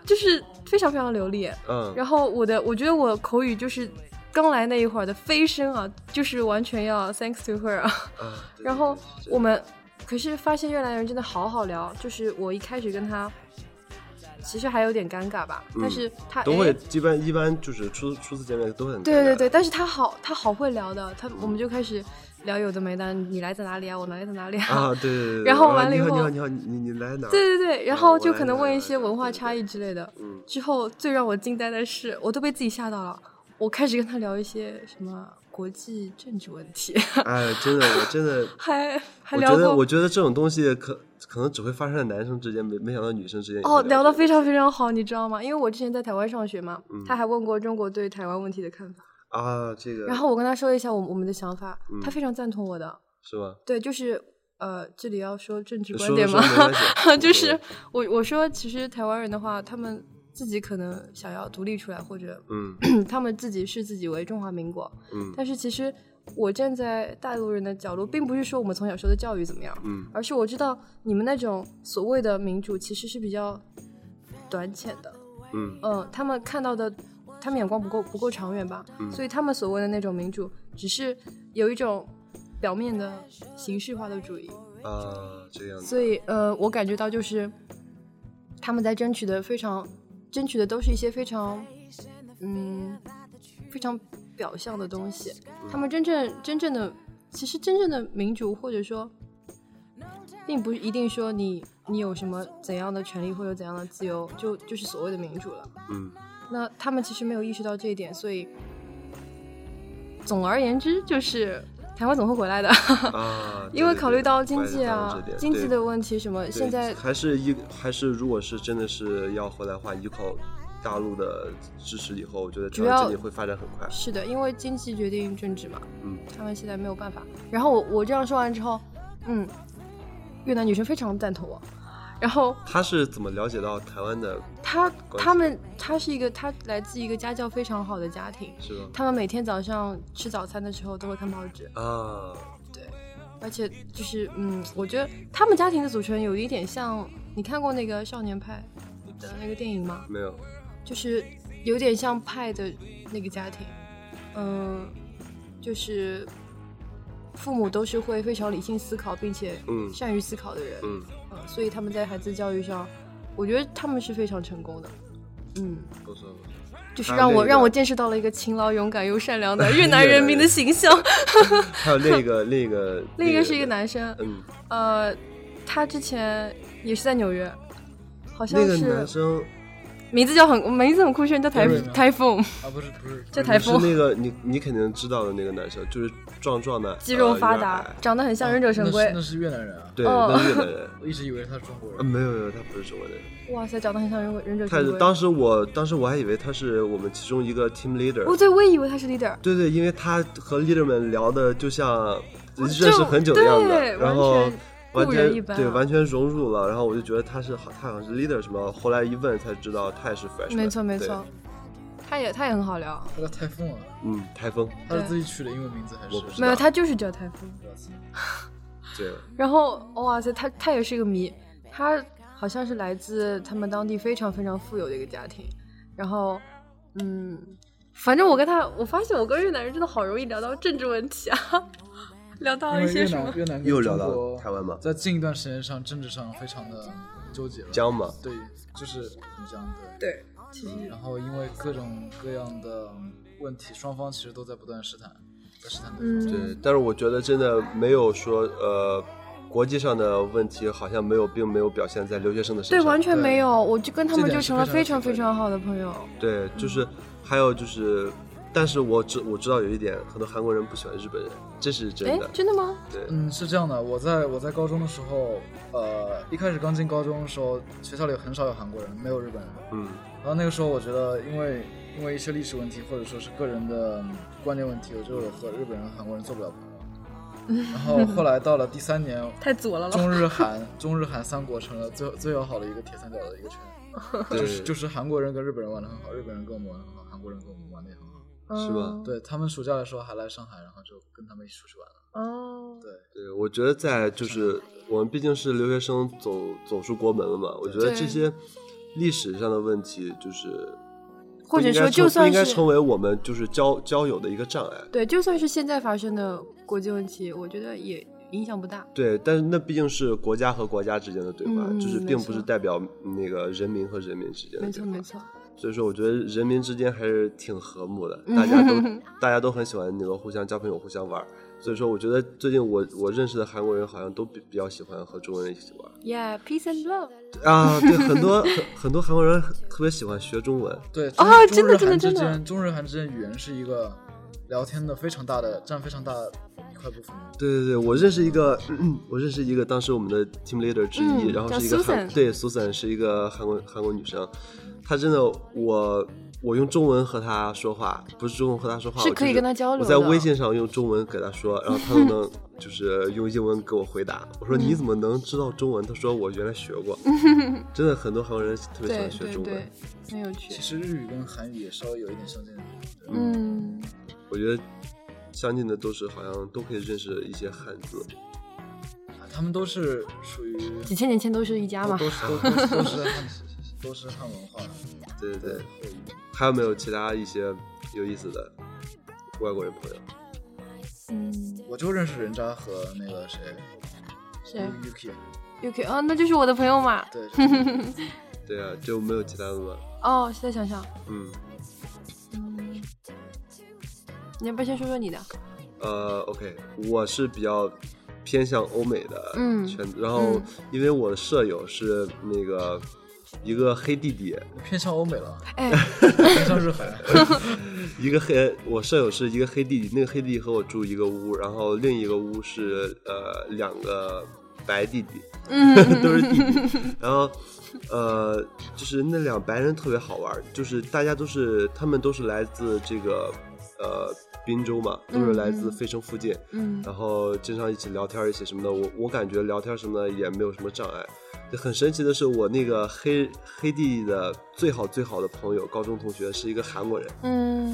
Speaker 4: 就是非常非常流利。
Speaker 1: 嗯，
Speaker 4: 然后我的，我觉得我口语就是刚来那一会儿的飞升啊，就是完全要 thanks to her 啊。
Speaker 1: 啊对
Speaker 4: 然后
Speaker 1: 对对是
Speaker 4: 我们可是发现越南人真的好好聊，就是我一开始跟他其实还有点尴尬吧，但
Speaker 1: 嗯
Speaker 4: 是他
Speaker 1: 都
Speaker 4: 哎
Speaker 1: 会一般一般就是初初次见面都很
Speaker 4: 对对
Speaker 1: 尴尬
Speaker 4: 对，但是他好，他好会聊的，他我们就开始聊有的没的，你来自哪里啊？我来自哪里啊？
Speaker 1: 啊，对对对对，
Speaker 4: 然后
Speaker 1: 啊
Speaker 4: 完了
Speaker 1: 你
Speaker 4: 以
Speaker 1: 好你
Speaker 4: 后
Speaker 1: 好你好你你你来哪儿？
Speaker 4: 对对对，然
Speaker 1: 啊
Speaker 4: 后
Speaker 1: 我
Speaker 4: 就
Speaker 1: 来
Speaker 4: 可能
Speaker 1: 自
Speaker 4: 问
Speaker 1: 哪
Speaker 4: 一
Speaker 1: 儿
Speaker 4: 些
Speaker 1: 对
Speaker 4: 文
Speaker 1: 对
Speaker 4: 化
Speaker 1: 对
Speaker 4: 差异之类的。
Speaker 1: 嗯
Speaker 4: 之后最让我惊呆的是，我都被自己吓到了。我开始跟他聊一些什么国际政治问题，
Speaker 1: 哎，真的我真的
Speaker 4: 还还
Speaker 1: 我
Speaker 4: 聊
Speaker 1: 觉得，
Speaker 4: 过
Speaker 1: 我觉得这种东西可可能只会发生在男生之间，没没想到女生之间也
Speaker 4: 哦，
Speaker 1: 会
Speaker 4: 聊
Speaker 1: 这
Speaker 4: 得
Speaker 1: 个
Speaker 4: 非常非常好，你知道吗？因为我之前在台湾上学嘛，
Speaker 1: 嗯
Speaker 4: 他还问过中国对台湾问题的看法，
Speaker 1: 啊，这个
Speaker 4: 然后我跟他说了一下我我们的想法，他
Speaker 1: 嗯
Speaker 4: 非常赞同我的。
Speaker 1: 是吗？
Speaker 4: 对，就是呃，这里要说政治观
Speaker 1: 说
Speaker 4: 点
Speaker 1: 说
Speaker 4: 吗？
Speaker 1: 没关系无
Speaker 4: 就
Speaker 1: 所谓
Speaker 4: 是 我我说，其实台湾人的话，他们自己可能想要独立出来，或者
Speaker 1: 嗯
Speaker 4: 他们自己视自己为中华民国，
Speaker 1: 嗯
Speaker 4: 但是其实我站在大陆人的角度，并不是说我们从小受的教育怎么样，
Speaker 1: 嗯
Speaker 4: 而是我知道你们那种所谓的民主其实是比较短浅的，
Speaker 1: 嗯
Speaker 4: 嗯，他们看到的，他们眼光不够不够长远吧，
Speaker 1: 嗯
Speaker 4: 所以他们所谓的那种民主，只是有一种表面的形式化的主义。
Speaker 1: 啊，这样子
Speaker 4: 所以呃，我感觉到就是他们在争取的非常，争取的都是一些非常，嗯，非常表象的东西。他们真正真正的，其实真正的民主或者说，并不一定说你你有什么怎样的权利或者怎样的自由，就就是所谓的民主了。
Speaker 1: 嗯
Speaker 4: 那他们其实没有意识到这一点，所以总而言之就是台湾总会回来的。
Speaker 1: 啊，
Speaker 4: 因为
Speaker 1: 对对
Speaker 4: 考虑
Speaker 1: 对
Speaker 4: 到
Speaker 1: 我
Speaker 4: 经
Speaker 1: 也是
Speaker 4: 济
Speaker 1: 想到
Speaker 4: 啊
Speaker 1: 这点，
Speaker 4: 经济
Speaker 1: 对
Speaker 4: 的问题什么，
Speaker 1: 对
Speaker 4: 现在
Speaker 1: 还是依还是如果是真的是要回来的话，依靠大陆的支持以后，我觉得
Speaker 4: 主
Speaker 1: 台湾
Speaker 4: 要
Speaker 1: 经济会发展很快。
Speaker 4: 是的，因为经济决定政治嘛，
Speaker 1: 嗯，
Speaker 4: 他们现在没有办法。然后我我这样说完之后，嗯，越南女生非常赞同我。然后
Speaker 1: 他是怎么了解到台湾的？
Speaker 4: 她
Speaker 1: 关系
Speaker 4: 她们她是一个她来自一个家教非常好的家庭，
Speaker 1: 是吗？
Speaker 4: 他们每天早上吃早餐的时候都会看报纸，
Speaker 1: 啊，
Speaker 4: 而且就是嗯，我觉得他们家庭的组成有一点像，你看过那个《少年派》的那个电影吗？
Speaker 1: 没有，
Speaker 4: 就是有点像派的那个家庭，嗯，就是父母都是会非常理性思考，并且
Speaker 1: 嗯
Speaker 4: 善于思考的人，
Speaker 1: 嗯
Speaker 4: 嗯所以他们在孩子教育上，我觉得他们是非常成功的，嗯，
Speaker 1: 不错不错。
Speaker 4: 就是
Speaker 1: 还有
Speaker 4: 让
Speaker 1: 啊那
Speaker 4: 我
Speaker 1: 个
Speaker 4: 让我见识到了一个勤劳、勇敢又善 良的越南
Speaker 1: 越南
Speaker 4: 人民的
Speaker 1: 人
Speaker 4: 形象。
Speaker 1: 还有另一个另一个
Speaker 4: 另一个是一个，男生，
Speaker 1: 嗯，
Speaker 4: 呃，他之前也是在纽约，好像
Speaker 1: 那个
Speaker 4: 是
Speaker 1: 男生
Speaker 4: 名字叫很名字很酷炫，叫台
Speaker 3: Darren 吗
Speaker 4: 台风，
Speaker 3: 啊，不是不是，
Speaker 4: 叫台
Speaker 1: 是
Speaker 4: 风，
Speaker 1: 那个你你肯定知道的那个男生，就是壮壮的，
Speaker 4: 肌肉
Speaker 1: 呃
Speaker 4: 发
Speaker 1: 有点
Speaker 4: 达
Speaker 1: 矮，
Speaker 4: 长得很像忍者神
Speaker 3: 那是
Speaker 4: 龟
Speaker 3: 那。是越南人啊，
Speaker 1: 对，
Speaker 4: 哦
Speaker 1: 那是越 南人。
Speaker 3: 我一直以为他是中国
Speaker 1: 呃
Speaker 3: 人。
Speaker 1: 没有没有，他不是中国人。
Speaker 4: 哇塞，长得很像忍鬼忍者
Speaker 1: 他
Speaker 4: 神
Speaker 1: 是
Speaker 4: 龟。
Speaker 1: 当时我当时我还以为他是我们其中一个 team leader。
Speaker 4: 哦，对，我也以为他是 leader。
Speaker 1: 对对，因为他和 leader 们聊的就像认识很久的样子
Speaker 4: 对，
Speaker 1: 然后
Speaker 4: 完全
Speaker 1: 完
Speaker 4: 故
Speaker 1: 全
Speaker 4: 人一般啊
Speaker 1: 对完全融入了，然后我就觉得他是好，他好像是 leader 什么，后来一问才知道他也是 fresh。
Speaker 4: 没错没错，，他也他也很好聊，
Speaker 3: 他叫台风啊，
Speaker 1: 嗯，台风，
Speaker 3: 他是自己取的英文名字还是
Speaker 1: 我？不知
Speaker 4: 没有他就是叫台风。
Speaker 1: 对，
Speaker 4: 然后哇塞，他他也是一个谜，他好像是来自他们当地非常非常富有的一个家庭。然后，嗯，反正我跟他，我发现我跟越南人真的好容易聊到政治问题啊， 聊到
Speaker 3: 因
Speaker 4: 一
Speaker 3: 为
Speaker 4: 些
Speaker 3: 越
Speaker 4: 什么
Speaker 3: 南越南
Speaker 1: 又
Speaker 3: 跟
Speaker 1: 聊
Speaker 3: 中
Speaker 1: 到
Speaker 3: 国
Speaker 1: 台湾嘛，
Speaker 3: 在近一段时间上政治上非常的纠结了。
Speaker 1: 江嘛，
Speaker 3: 对，就是怎么讲对。
Speaker 5: 对，
Speaker 3: 然后因为各种各样的问题，双方其实都在不断试探，在试探对
Speaker 4: 嗯
Speaker 3: 方。
Speaker 1: 对，但是我觉得真的没有说呃，国际上的问题好像没有，并没有表现在留学生的身
Speaker 4: 对，
Speaker 1: 上。
Speaker 4: 完全
Speaker 3: 对
Speaker 4: 没有，我就跟他
Speaker 3: 这
Speaker 4: 们
Speaker 3: 点
Speaker 4: 就是成了非
Speaker 3: 非
Speaker 4: 常
Speaker 3: 常
Speaker 4: 非
Speaker 3: 奇怪的
Speaker 4: 常好的朋友。
Speaker 1: 对，就是还有就是，但是我知我知道有一点，很多韩国人不喜欢日本人，这是
Speaker 4: 哎
Speaker 1: 真的，。
Speaker 4: 真的吗？
Speaker 1: 对，
Speaker 3: 嗯，是这样的，我在我在高中的时候，呃，一开始刚进高中的时候，学校里很少有韩国人，没有日本人。
Speaker 1: 嗯
Speaker 3: 然后那个时候，我觉得因为因为一些历史问题，或者说是个人的嗯观念问题，我就和日本人、和韩国人做不了朋友。然后后来到了第三年，
Speaker 5: 太左了了。
Speaker 3: 中日韩中日韩三国成了最最友好的一个铁三角的一个圈，
Speaker 1: 对，
Speaker 3: 就是就是韩国人跟日本人玩的很好，日本人跟我们玩的很好，韩国人跟我们玩的也很好。
Speaker 1: 是吧
Speaker 4: 嗯？
Speaker 3: 对他们暑假的时候还来上海，然后就跟他们一起出去玩了。
Speaker 4: 哦，
Speaker 1: 对，我觉得在就是我们毕竟是留学生走，走出国门了嘛，我觉得
Speaker 4: 对
Speaker 1: 这些历史上的问题就是。
Speaker 4: 或者
Speaker 1: 不应该
Speaker 4: 说
Speaker 1: 成
Speaker 4: 就算
Speaker 1: 不应该
Speaker 4: 是
Speaker 1: 成为我们就是交交友的一个障碍，
Speaker 4: 对，就算是现在发生的国际问题，我觉得也影响不大。
Speaker 1: 对，但是那毕竟是国家和国家之间的对话，
Speaker 4: 嗯嗯
Speaker 1: 就是
Speaker 4: 没
Speaker 1: 并不是
Speaker 4: 错
Speaker 1: 代表那个人民和人民之间的对
Speaker 4: 没错，
Speaker 1: 话。
Speaker 4: 没错。
Speaker 1: 所以说，我觉得人民之间还是挺和睦的，
Speaker 4: 嗯
Speaker 1: 大家都 大家都很喜欢那个互相交朋友、互相玩儿。所以说，我觉得最近我我认识的韩国人好像都比比较喜欢和中国人一起玩 儿
Speaker 4: Yeah，peace and love。
Speaker 1: 啊。对，很多很很多韩国人很特别喜欢学中文，
Speaker 3: 对
Speaker 4: 哦
Speaker 3: 中
Speaker 4: 真的真的
Speaker 3: 日中日韩
Speaker 4: 真
Speaker 3: 之
Speaker 4: 的
Speaker 3: 间，中日韩之间语言是一个聊天的非常大的占非常大一块部分。
Speaker 1: 对对对，我认识一个，我认识一个，当时我们的 team leader 之一，
Speaker 4: 嗯
Speaker 1: 然后
Speaker 4: 叫
Speaker 1: 是一个韩
Speaker 4: Susan
Speaker 1: 对 Susan 是一个韩国韩国女生，她真的我我用中文和她说话，不是中文和她说话，
Speaker 4: 是
Speaker 1: 我就
Speaker 4: 可以跟她交流
Speaker 1: 我在
Speaker 4: 的
Speaker 1: 微信上用中文给她说，然后她都能就是用英文给我回答。我
Speaker 4: 嗯
Speaker 1: 说你怎么能知道中文？她说我原来学 过。真的很多韩国人特别喜
Speaker 4: 对
Speaker 1: 欢学
Speaker 4: 对
Speaker 1: 中文
Speaker 4: 对，，很有
Speaker 3: 其
Speaker 4: 趣。
Speaker 3: 实日语跟韩语也稍微有一点相近的啊地方。
Speaker 4: 嗯，
Speaker 1: 我觉得相近的都是好像都可以认识一些汉字。
Speaker 3: 啊他们都是属于
Speaker 4: 几千年前都是一家
Speaker 3: 都
Speaker 4: 嘛。
Speaker 3: 都是都都都是汉 都是汉文化
Speaker 1: 对对对
Speaker 3: 的。后裔。
Speaker 1: 还有没有其他一些有意思的外国人朋友？
Speaker 4: 嗯，
Speaker 3: 我就认识人渣和那个谁
Speaker 4: 谁啊
Speaker 3: Yuki，
Speaker 4: ？UK 啊，那就是我的朋友嘛。
Speaker 3: 对，就是
Speaker 1: 对啊，就没有其他的吗？
Speaker 4: 哦，现在想想，
Speaker 1: 嗯，
Speaker 4: 你要不要先说说你的？
Speaker 1: 呃，OK，我是比较偏向欧美的
Speaker 4: 嗯
Speaker 1: 圈子，然后因为我的舍友是那个一个黑弟弟，
Speaker 3: 偏向欧美了，
Speaker 4: 哎，
Speaker 3: 偏向日韩。
Speaker 1: 一个黑，我舍友是一个黑弟弟，那个黑弟弟和我住一个屋，然后另一个屋是呃两个白弟弟， 都是弟弟，然后呃就是那两白人特别好玩，就是大家都是他们都是来自这个呃滨州嘛，都是来自费城附近，
Speaker 4: 嗯，
Speaker 1: 然后经常一起聊天一起什么的，我我感觉聊天什么的也没有什么障碍。就很神奇的是，我那个黑黑弟弟的最好最好的朋友，高中同学是一个韩国人，
Speaker 4: 嗯，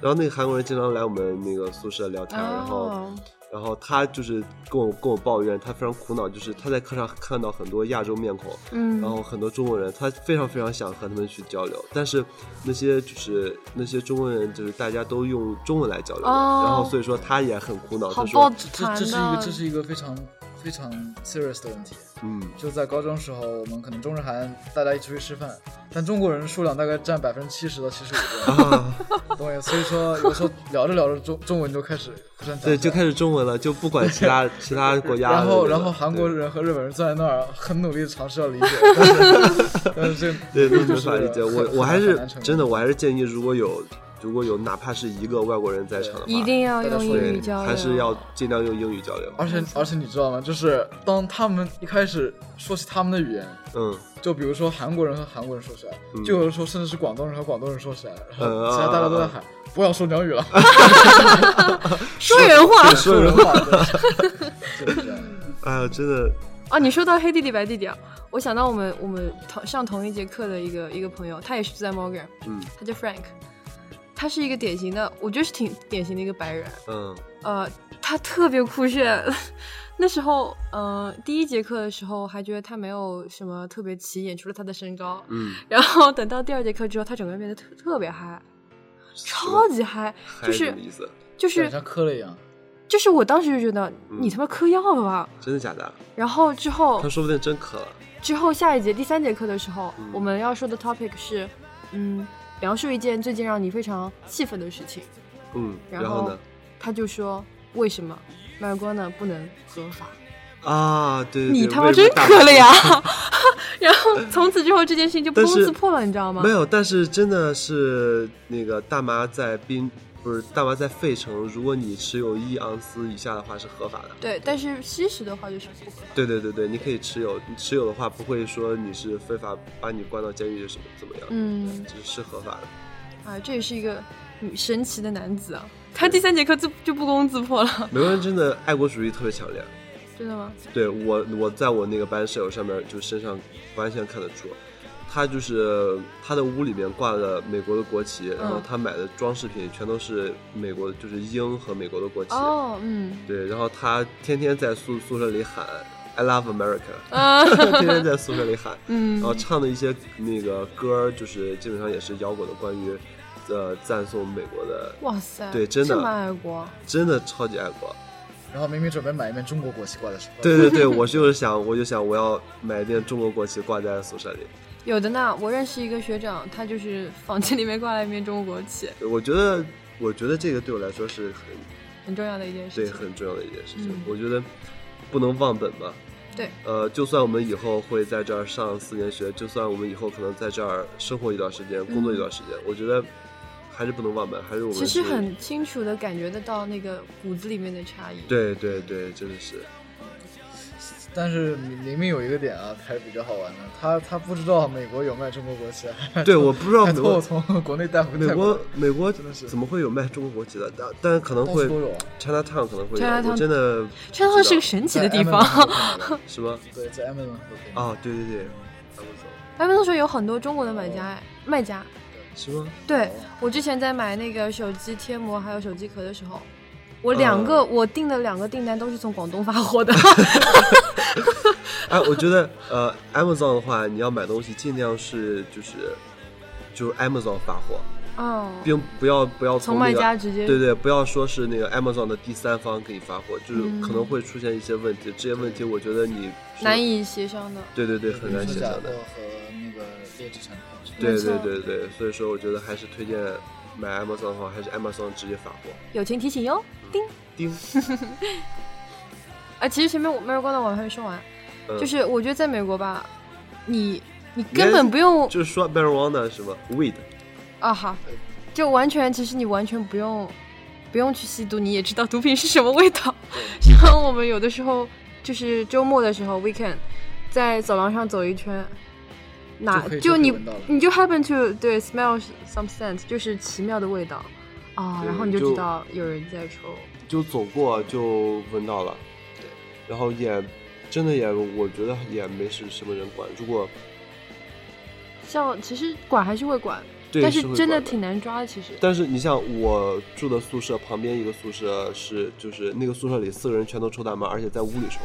Speaker 1: 然后那个韩国人经常来我们那个宿舍聊天，然后
Speaker 4: 哦，
Speaker 1: 然后他就是跟我跟我抱怨，他非常苦恼，就是他在课上看到很多亚洲面孔，
Speaker 4: 嗯，
Speaker 1: 然后很多中国人，他非常非常想和他们去交流，但是那些就是那些中国人，就是大家都用中文来交流的，
Speaker 4: 哦
Speaker 1: 然后所以说他也很苦恼，
Speaker 4: 好
Speaker 1: 他
Speaker 4: 抱
Speaker 1: 说
Speaker 4: 团
Speaker 3: 这这是一个这
Speaker 4: 的，
Speaker 3: 是一个非常非常 serious 的问题。
Speaker 1: 嗯
Speaker 3: 就在高中时候，我们可能中日韩大家一起出去吃饭，但中国人数量大概占百分之七十到七十五，
Speaker 1: 啊，
Speaker 3: 懂我意思？所以说有时候聊着聊着中中文就开始互相
Speaker 1: 对，就
Speaker 3: 讲起来
Speaker 1: 开始中文了，就不管其 他其他国家的
Speaker 3: 然
Speaker 1: 那个。
Speaker 3: 后，然后韩国人和日本人坐在那儿，很努力的尝试要理解，但是但是
Speaker 1: 对，对
Speaker 3: 这个
Speaker 1: 没
Speaker 3: 就是
Speaker 1: 法理解。我
Speaker 3: 很
Speaker 1: 我还
Speaker 3: 很
Speaker 1: 是
Speaker 3: 难成
Speaker 1: 真
Speaker 3: 功
Speaker 1: 的，我还是建议，如果有如果有哪怕是一个外国人在场的话，
Speaker 4: 一定要
Speaker 3: 大家
Speaker 4: 用
Speaker 3: 说
Speaker 4: 英语
Speaker 1: 对，
Speaker 4: 交流，哦
Speaker 1: 还是要尽量用英语交流。
Speaker 3: 而且而且你知道吗？就是当他们一开始说起他们的语言，
Speaker 1: 嗯，
Speaker 3: 就比如说韩国人和韩国人说起来，
Speaker 1: 嗯
Speaker 3: 就有的时候甚至是广东人和广东人说起来，然
Speaker 1: 呃
Speaker 3: 后其他大家都在喊“不要说鸟语了
Speaker 4: 说人话
Speaker 1: 对”，
Speaker 3: 说
Speaker 1: 说人
Speaker 3: 人话，对 就是这样。
Speaker 1: 哎呀，真的，
Speaker 4: 啊！你说到黑弟弟白弟弟啊，我想到我们我们同上同一节课的一个一个朋友，他也是住在 Morgan，
Speaker 1: 嗯
Speaker 4: 他叫 Frank，他是一个典型的，我觉得是挺典型的一个白人，
Speaker 1: 嗯
Speaker 4: 呃，他特别酷炫。 那时候，呃，第一节课的时候还觉得他没有什么特别起眼，除了他的身高。
Speaker 1: 嗯，
Speaker 4: 然后等到第二节课之后，他整个人变得特特别嗨，超级嗨，
Speaker 1: 还
Speaker 4: 就是
Speaker 1: 什
Speaker 4: 是
Speaker 1: 么意思？
Speaker 4: 就
Speaker 3: 对
Speaker 4: 是
Speaker 3: 像磕了一样，
Speaker 4: 就是我当时就觉得
Speaker 1: 嗯
Speaker 4: 你他妈嗑药了吧。
Speaker 1: 真的假的？
Speaker 4: 然后之后
Speaker 1: 他说不定真渴了。
Speaker 4: 之后下一节第三节课的时候，
Speaker 1: 嗯
Speaker 4: 我们要说的 topic 是，嗯，描述一件最近让你非常气愤的事情。
Speaker 1: 嗯，
Speaker 4: 然
Speaker 1: 然后呢？
Speaker 4: 他就说为什么 marijuana 不能合法？
Speaker 1: 啊，对对对，
Speaker 4: 你他妈
Speaker 1: 为什么
Speaker 4: 真
Speaker 1: 大
Speaker 4: 磕了
Speaker 1: 便
Speaker 4: 呀！ 然后从此之后，这件事情就
Speaker 1: 但
Speaker 4: 砰
Speaker 1: 是
Speaker 4: 自破了，你知道吗
Speaker 1: 没？有，但是真的是那个大麻在槟不是大麻在费城，如果你持有一盎司以下的话是合法的。
Speaker 4: 对，但是吸食的话就是不合法。
Speaker 1: 对对对对，你可以持有，你持有的话不会说你是非法把你关到监狱什么怎么样，
Speaker 4: 嗯，
Speaker 1: 这是合法的。
Speaker 4: 啊，这也是一个嗯神奇的男子啊！他第三节课自就不攻自破了，
Speaker 1: 美国人真的爱国主义特别强烈，
Speaker 4: 真的吗？
Speaker 1: 对我我在我那个班舍友上面就身上完全看得出。他就是他的屋里面挂了美国的国旗，然
Speaker 4: 嗯
Speaker 1: 后他买的装饰品全都是美国，就是鹰和美国的国旗。
Speaker 4: 哦，嗯，
Speaker 1: 对，然后他天天在宿宿舍里喊 “I love America”，
Speaker 4: 啊，
Speaker 1: 天天在宿舍里喊，然后
Speaker 4: 嗯，
Speaker 1: 唱的一些那个歌儿，就是基本上也是摇滚的，关于呃赞颂美国的，
Speaker 4: 哇塞，
Speaker 1: 对真的
Speaker 4: 这么爱国，
Speaker 1: 真的超级爱国。
Speaker 3: 然后明明准备买一面中国国旗挂在手上，
Speaker 1: 对对对，我就是想，我就想我要买一面中国国旗挂在宿舍里。
Speaker 4: 有的呢。我认识一个学长，他就是房间里面挂了一面中国国旗，
Speaker 1: 对我觉得，我觉得这个对我来说是很
Speaker 4: 很重要的一件事
Speaker 1: 对
Speaker 4: 情。
Speaker 1: 很重要的一件事情。
Speaker 4: 嗯
Speaker 1: 我觉得不能忘本吧。
Speaker 4: 对，
Speaker 1: 呃，就算我们以后会在这儿上四年学，就算我们以后可能在这儿生活一段时间、工作一段时间，我觉得还是不能忘本，还是我们
Speaker 4: 嗯其
Speaker 1: 是
Speaker 4: 实很清楚的感觉得到那个骨子里面的差异。
Speaker 1: 对对对，真的是
Speaker 3: 但是明明有一个点啊，还是比较好玩的，他他不知道美国有卖中国国 旗，啊
Speaker 1: 对，我不知道
Speaker 3: 还
Speaker 1: 美
Speaker 3: 偷
Speaker 1: 国
Speaker 3: 从国内带回
Speaker 1: 美
Speaker 3: 泰
Speaker 1: 国
Speaker 3: 国
Speaker 1: 美国
Speaker 3: 真的是
Speaker 1: 怎么会有卖中国国旗的？但但可能
Speaker 3: 到处
Speaker 1: 会
Speaker 3: 都有啊，
Speaker 1: China Town 可能会
Speaker 4: Chinatown
Speaker 1: 有，我真的
Speaker 4: 川
Speaker 1: 不
Speaker 4: 烫
Speaker 1: 知
Speaker 4: 是个
Speaker 1: 道
Speaker 4: 神奇的
Speaker 3: 在
Speaker 4: 地
Speaker 3: Amazon
Speaker 4: 方。
Speaker 3: 都看得到
Speaker 1: 什么
Speaker 3: 对，在 Amazon 都可以买
Speaker 1: 啊？对对对，他们走
Speaker 4: 他们都说有很多中国的买家
Speaker 1: 哦
Speaker 4: 哎，卖家。
Speaker 1: 是吗？
Speaker 4: 对我之前在买那个手机贴膜还有手机壳的时候，我
Speaker 1: 嗯
Speaker 4: 两个、我订的两个订单都是从广东发 货的。
Speaker 1: 哎，我觉得呃，Amazon 的话，你要买东西尽量是就是就是 Amazon 发货，
Speaker 4: 哦，
Speaker 1: 并不要不要
Speaker 4: 从
Speaker 1: 那
Speaker 4: 卖
Speaker 1: 个
Speaker 4: 家直接
Speaker 1: 对对，不要说是那个 Amazon 的第三方给你发货，就是
Speaker 4: 嗯
Speaker 1: 可能会出现一些问题，这些问题我觉得你是
Speaker 4: 难以协商的。
Speaker 1: 对对对很难
Speaker 3: 说
Speaker 1: 协
Speaker 3: 假
Speaker 1: 商
Speaker 3: 货
Speaker 1: 的，
Speaker 3: 和那个劣质产品。
Speaker 1: 对
Speaker 4: 没
Speaker 1: 对
Speaker 4: 错
Speaker 1: 对对，所以说我觉得还是推荐买 Amazon 的话，还是 Amazon 直接发货。
Speaker 4: 友情提醒哟，叮。
Speaker 1: 叮，
Speaker 4: 嗯啊，其实前面我没有关的我还没说完，
Speaker 1: 嗯
Speaker 4: 就是我觉得在美国吧，你你
Speaker 1: 连
Speaker 4: 根本不用
Speaker 1: 就是说 marijuana 是吗？weed，
Speaker 4: 啊哈，就完全其实你完全不用不用去吸毒，你也知道毒品是什么味道。 像我们有的时候就是周末的时候 weekend，在走廊上走一圈，哪
Speaker 3: 就可以就可以
Speaker 4: 你
Speaker 3: 闻到了
Speaker 4: 你就 happen to 对 smell some scent，就是奇妙的味道啊，
Speaker 1: 对
Speaker 4: 然后你就
Speaker 1: 就
Speaker 4: 知道有人在抽。
Speaker 1: 就走过就闻到了，对，然后也真的也我觉得也没是什么人管，如果
Speaker 4: 像其实管还是会管，
Speaker 1: 对
Speaker 4: 但
Speaker 1: 是
Speaker 4: 是
Speaker 1: 会
Speaker 4: 真的
Speaker 1: 管
Speaker 4: 挺难抓的，其实。
Speaker 1: 但是你像我住的宿舍旁边一个宿舍是，就是那个宿舍里四个人全都抽大麻，而且在屋里抽，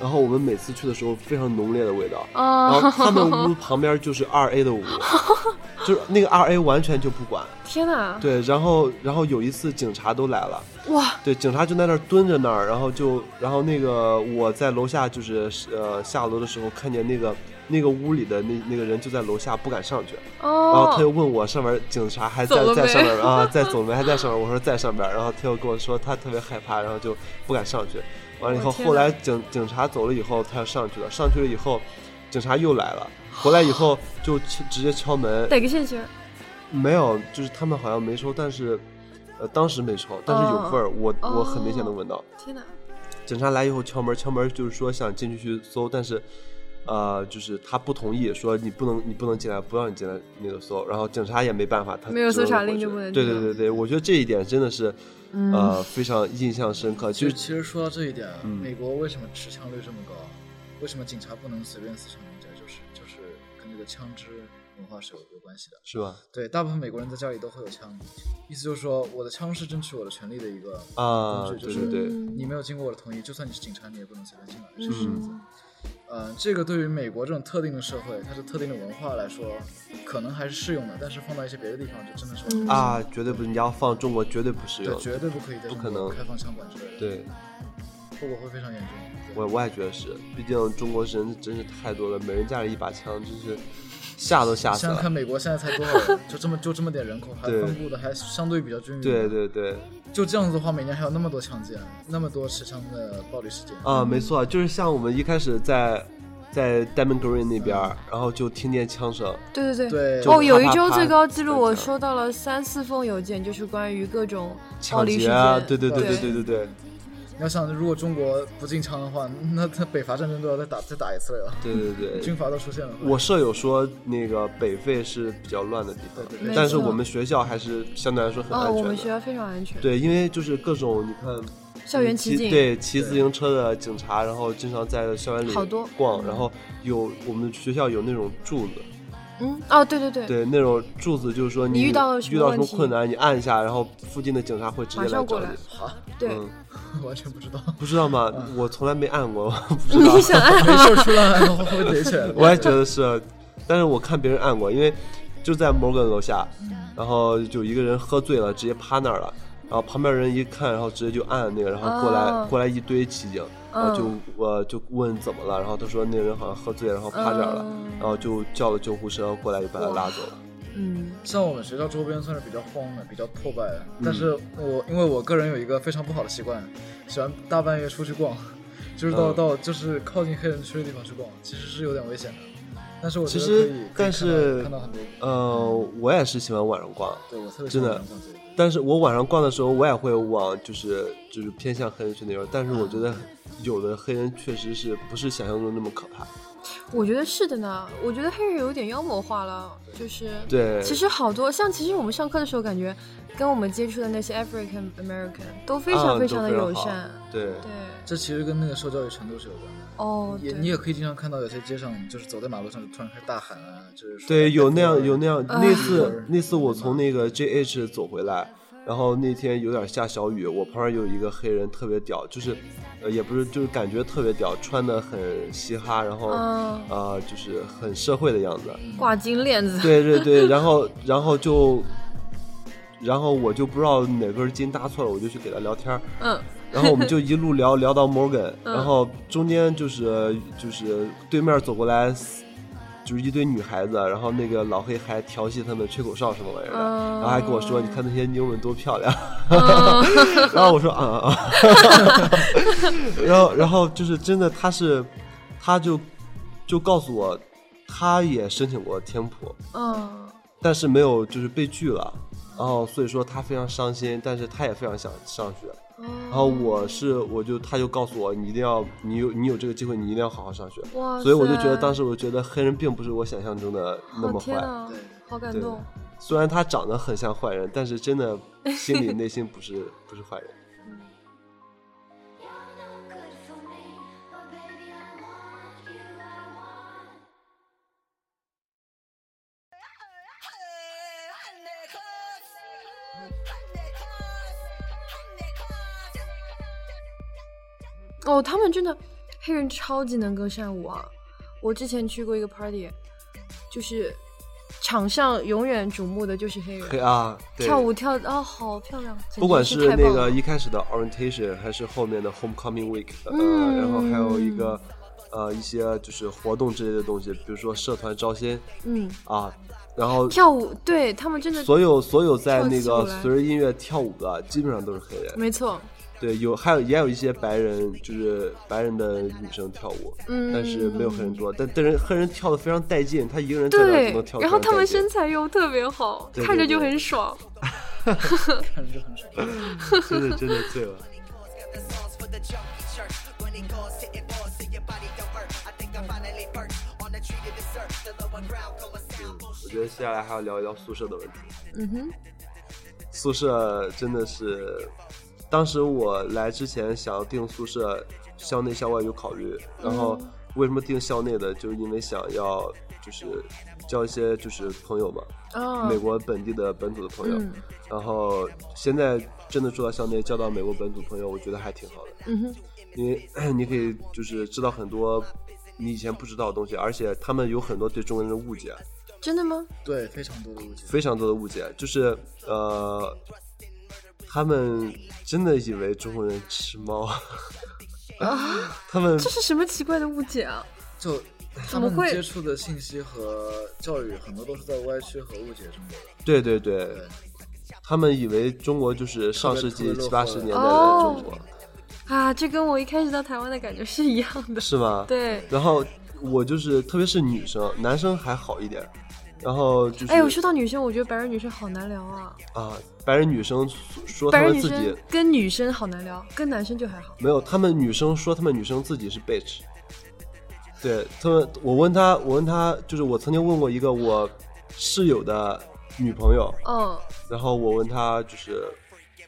Speaker 1: 然后我们每次去的时候非常浓烈的味道，然后
Speaker 4: 啊！
Speaker 1: 他们屋旁边就是二 A 的 屋，就是那个二 A 完全就不管。
Speaker 4: 天哪！
Speaker 1: 对，然后然后有一次警察都来了，
Speaker 4: 哇，
Speaker 1: 对，警察就在那儿蹲着那儿，然后就然后那个我在楼下就是呃下楼的时候看见那个那个屋里的那那个人就在楼下不敢上去，然后他
Speaker 4: 哦
Speaker 1: 又，问我上面警察还
Speaker 4: 走
Speaker 1: 在
Speaker 4: 了
Speaker 1: 在
Speaker 4: 没
Speaker 1: 上面儿啊， 在走没还在上面儿，我说在上边儿，然后他又跟我说他特别害怕，然后就不敢上去。完了以后，
Speaker 4: 我天
Speaker 1: 后来警警察走了以后，他上去了，上去了以后，警察又来了，回来以后就敲直接敲门，
Speaker 4: 哪个县区？
Speaker 1: 没有，就是他们好像没抽，但是呃当时没抽，但是有
Speaker 4: 哦
Speaker 1: 味儿，我我很明显
Speaker 4: 哦
Speaker 1: 能闻到。
Speaker 4: 天哪！
Speaker 1: 警察来以后敲门，敲门就是说想进去去搜，但是，呃，就是他不同意，说你不能你不能进来，不让你进来那个搜。然后警察也没办法，他
Speaker 4: 没有
Speaker 1: 只能
Speaker 4: 搜查令
Speaker 1: 回去
Speaker 4: 就不能
Speaker 1: 对
Speaker 4: 进嗯
Speaker 1: 对
Speaker 4: 了
Speaker 1: 对对，我觉得这一点真的是，呃，非常印象深刻。就
Speaker 3: 就是其实说到这一点啊，
Speaker 1: 嗯
Speaker 3: 美国为什么持枪率这么高？啊为什么警察不能随便撕成民宅？就是就是跟这个枪支文化是有有关系的。
Speaker 1: 是吧？
Speaker 3: 对，大部分美国人在家里都会有枪，意思就是说我的枪是争取我的权利的一个
Speaker 1: 啊，
Speaker 4: 嗯
Speaker 3: 工具，就
Speaker 1: 对
Speaker 3: 是
Speaker 1: 对对，
Speaker 3: 你没有经过我的同意，就算你是警察，你也不能随便进来，是不是这样子
Speaker 1: 嗯？
Speaker 3: 呃，这个对于美国这种特定的社会，它是特定的文化来说，可能还是适用的，但是放到一些别的地方，就真的是完全不行
Speaker 1: 啊，绝对不，你要放中国绝对不适
Speaker 3: 对，
Speaker 1: 用。
Speaker 3: 绝对不可以在
Speaker 1: 不
Speaker 3: 中
Speaker 1: 可
Speaker 3: 国
Speaker 1: 能
Speaker 3: 开放枪管之类的，
Speaker 1: 对，
Speaker 3: 后果会非常严重。对
Speaker 1: 我我也觉得是，毕竟中国人真是太多了，每人家里一把枪，真是吓都吓死
Speaker 3: 想想
Speaker 1: 了。
Speaker 3: 看，美国现在才多少人？就这么就这么点人口，还
Speaker 1: 对
Speaker 3: 分布的还相对比较均匀。
Speaker 1: 对，对对。
Speaker 3: 就这样子的话，每年还有那么多枪击案，那么多持枪的暴力事件。
Speaker 1: 啊，没错，就是像我们一开始在在 Diamond Green 那边儿，然后就听见枪声，
Speaker 4: 对对对。
Speaker 3: 对，
Speaker 1: 就
Speaker 4: 哦，有一
Speaker 1: 啪啪
Speaker 4: 周
Speaker 1: 啪
Speaker 4: 最高记录，
Speaker 1: 对
Speaker 4: 我
Speaker 1: 对
Speaker 4: 收到了三四封邮件，就是关于各种暴
Speaker 1: 抢
Speaker 4: 力事
Speaker 1: 劫
Speaker 4: 件。
Speaker 1: 啊，对对对
Speaker 4: 对
Speaker 1: 对对对对
Speaker 3: 你要想，如果中国不禁枪的话， 那他北伐战争都要再打再打一次了呀，
Speaker 1: 对对对。
Speaker 3: 军阀都出现了。
Speaker 1: 我舍友说，那个北碚是比较乱的地方
Speaker 3: 对对，
Speaker 4: 对
Speaker 1: 但是
Speaker 4: 没错
Speaker 1: 我们学校还是相对来说很
Speaker 4: 啊，
Speaker 1: 安
Speaker 4: 我
Speaker 1: 全
Speaker 4: 们学
Speaker 1: 的。
Speaker 4: 校非常安全。
Speaker 1: 对，因为就是各种你看，嗯
Speaker 4: 校园
Speaker 1: 骑
Speaker 4: 奇境。
Speaker 1: 对骑自行车的警察，然后经常在校园里
Speaker 4: 好多
Speaker 1: 逛，然后有我们学校有那种柱子，
Speaker 4: 嗯，哦，对对对，
Speaker 1: 对那种柱子就是说
Speaker 4: 你遇到了什么
Speaker 1: 遇到什
Speaker 4: 问
Speaker 1: 么
Speaker 4: 题
Speaker 1: 困难，你按一下，然后附近的警察会直接
Speaker 4: 马
Speaker 1: 来
Speaker 4: 上
Speaker 1: 找
Speaker 4: 过来
Speaker 1: 你。
Speaker 4: 对，
Speaker 1: 嗯，
Speaker 3: 完全不 知道，
Speaker 1: 不知道吗？我从来没按过， 不知道
Speaker 4: 你。想啊按
Speaker 3: 没 事儿出来 会会被逮起来。
Speaker 1: 我也觉得是，但是我看别人按过，因为就在摩根楼下，然后有一个人喝醉了，直接趴那儿了，然后旁边人一看，然后直接就按那个，然后过来、
Speaker 4: 哦
Speaker 1: 过来一堆骑警，然后就
Speaker 4: 嗯
Speaker 1: 我、就问怎么了，然后他说那个人好像喝醉了，然后趴这儿了，
Speaker 4: 嗯
Speaker 1: 然后就叫了救护车过来就把他拉走了。
Speaker 4: 嗯，
Speaker 3: 像我们学校周边算是比较荒的、比较破败的，
Speaker 1: 嗯
Speaker 3: 但是我因为我个人有一个非常不好的习惯，喜欢大半夜出去逛， 就是到、
Speaker 1: 嗯
Speaker 3: 到就是靠近黑人区的地方去逛，其实是有点危险的。但是我觉得
Speaker 1: 其
Speaker 3: 可以
Speaker 1: 实
Speaker 3: 可
Speaker 1: 但是
Speaker 3: 以看到看到很多，
Speaker 1: 呃，我也是喜欢晚上逛，
Speaker 3: 对我特别
Speaker 1: 真的
Speaker 3: 喜欢逛这个
Speaker 1: 但是我晚上逛的时候，我也会往就是就是偏向黑人区那边，但是我觉得有的黑人确实是不是想象中那么可怕。
Speaker 4: 我觉得是的呢。我觉得黑人有点妖魔化了，就是。
Speaker 1: 对，
Speaker 4: 其实好多像，其实我们上课的时候，感觉跟我们接触的那些 African American 都非
Speaker 1: 啊
Speaker 4: 常非
Speaker 1: 都
Speaker 4: 常的
Speaker 1: 非常
Speaker 4: 友
Speaker 1: 好
Speaker 4: 善，
Speaker 1: 对
Speaker 4: 对，
Speaker 3: 这其实跟那个受教育程度是有关的。
Speaker 4: 哦，
Speaker 3: 也你
Speaker 4: 对，
Speaker 3: 也可以经常看到有些街上就是走在马路上就突然开始大喊啊，就是说
Speaker 1: 对，有那样有那样。
Speaker 4: 啊
Speaker 1: 那次那次我从那个 JH 走回来，然后那天有点下小雨，我旁边有一个黑人特别屌，就是呃也不是就是感觉特别屌，穿的很嘻哈，然后、
Speaker 4: 嗯，
Speaker 1: 呃就是很社会的样子。
Speaker 4: 挂金链 子，
Speaker 1: 对对对，然后然后就，然后我就不知道哪根筋搭错了，我就去给他聊天儿，
Speaker 4: 嗯，
Speaker 1: 然后我们就一路聊聊到 Morgan，然后中间就是就是对面走过来，就是一堆女孩子，然后那个老黑还调戏他们吹口哨什么玩意儿的，
Speaker 4: 嗯
Speaker 1: 然后还跟我说你看那些妞们多漂亮，
Speaker 4: 嗯
Speaker 1: 然后我说啊啊啊， 然后然后就是真的他是，他就就告诉我，他也申请过天普，
Speaker 4: 嗯，
Speaker 1: 但是没有就是被拒了，然后所以说他非常伤心，但是他也非常想上学。然后我是我就他就告诉我，你一定要你有你有这个机会，你一定要好好上学。
Speaker 4: 哇塞，
Speaker 1: 所以我就觉得当时我觉得黑人并不是我想象中的那么
Speaker 4: 好天
Speaker 1: 坏，
Speaker 4: 啊，好感
Speaker 1: 对
Speaker 4: 动，
Speaker 1: 虽然他长得很像坏人，但是真的心里内心不是 不是坏人。
Speaker 4: 哦，他们真的黑人超级能歌善舞啊！我之前去过一个 party，就是场上永远瞩目的就是黑人，
Speaker 1: 黑啊，对
Speaker 4: 跳舞跳的啊、好漂亮，简直
Speaker 1: 不管
Speaker 4: 是
Speaker 1: 是
Speaker 4: 太
Speaker 1: 那
Speaker 4: 棒
Speaker 1: 个
Speaker 4: 了
Speaker 1: 一开始的 orientation，还是后面的 homecoming week，呃，
Speaker 4: 嗯
Speaker 1: 然后还有一个呃一些就是活动之类的东西，比如说社团招新
Speaker 4: 嗯
Speaker 1: 啊，然后
Speaker 4: 跳舞，对他们真的
Speaker 1: 所有所有在那
Speaker 4: 跳
Speaker 1: 个
Speaker 4: 起舞来
Speaker 1: 随着音乐跳舞的，基本上都是黑人。
Speaker 4: 没错，
Speaker 1: 对，有还有也有一些白人，就是白人的女生跳舞，
Speaker 4: 嗯
Speaker 1: 但是没有黑人多。但但是黑人跳的非常带劲，他一个人在那儿
Speaker 4: 对
Speaker 1: 就能跳。，
Speaker 4: 然后他们身，材又特别好，
Speaker 1: 对对
Speaker 4: 看着就
Speaker 1: 对
Speaker 4: 很爽。
Speaker 3: 看着就很
Speaker 4: 呃
Speaker 3: 爽。
Speaker 1: 真的真的醉了。嗯我觉得接下来还要聊一聊宿舍的问题。
Speaker 4: 嗯哼，
Speaker 1: 宿舍真的是，当时我来之前想要订宿舍，校内校外有考虑。然后为什么订校内的，就是因为想要就是交一些就是朋友嘛，
Speaker 4: 啊
Speaker 1: 美，国本地的本土的朋友。
Speaker 4: 嗯
Speaker 1: 然后现在真的住到校内，交到美国本土朋友，我觉得还挺好的，
Speaker 4: 嗯哼，
Speaker 1: 因为你 可以就是知道很多你以前不知道的东西，而且他们有很多对中国人的误解。啊
Speaker 4: 真的吗？
Speaker 3: 对，非常多的误解。
Speaker 1: 非常多的误解，就是呃，他们真的以为中国人吃猫，
Speaker 4: 啊
Speaker 1: 他们
Speaker 4: 这是什么奇怪的误解啊？
Speaker 3: 就
Speaker 4: 怎
Speaker 3: 他
Speaker 4: 么
Speaker 3: 们
Speaker 4: 会
Speaker 3: 接触的信息和教育很多都是在歪曲和误解中的。
Speaker 1: 对对对
Speaker 3: 对，
Speaker 1: 他们以为中国就是上世
Speaker 3: 特
Speaker 1: 纪
Speaker 3: 别特别
Speaker 1: 七八十
Speaker 3: 落后
Speaker 1: 年代的中国，
Speaker 4: 啊，这跟我一开始到台湾的感觉是一样的。
Speaker 1: 是吗？
Speaker 4: 对，
Speaker 1: 然后我就是，特别是女生，男生还好一点。然后就是，
Speaker 4: 哎，我说到女生，我觉得白人女生好难聊啊，
Speaker 1: 啊，白人女生说
Speaker 4: 白
Speaker 1: 他
Speaker 4: 人
Speaker 1: 们
Speaker 4: 女
Speaker 1: 自己
Speaker 4: 生跟女生好难聊，跟男生就还好。
Speaker 1: 没有，他们女生说他们女生自己是 bitch。对他们，我问他，我问他，就是我曾经问过一个我室友的女朋友，
Speaker 4: 嗯，
Speaker 1: 然后我问他就是，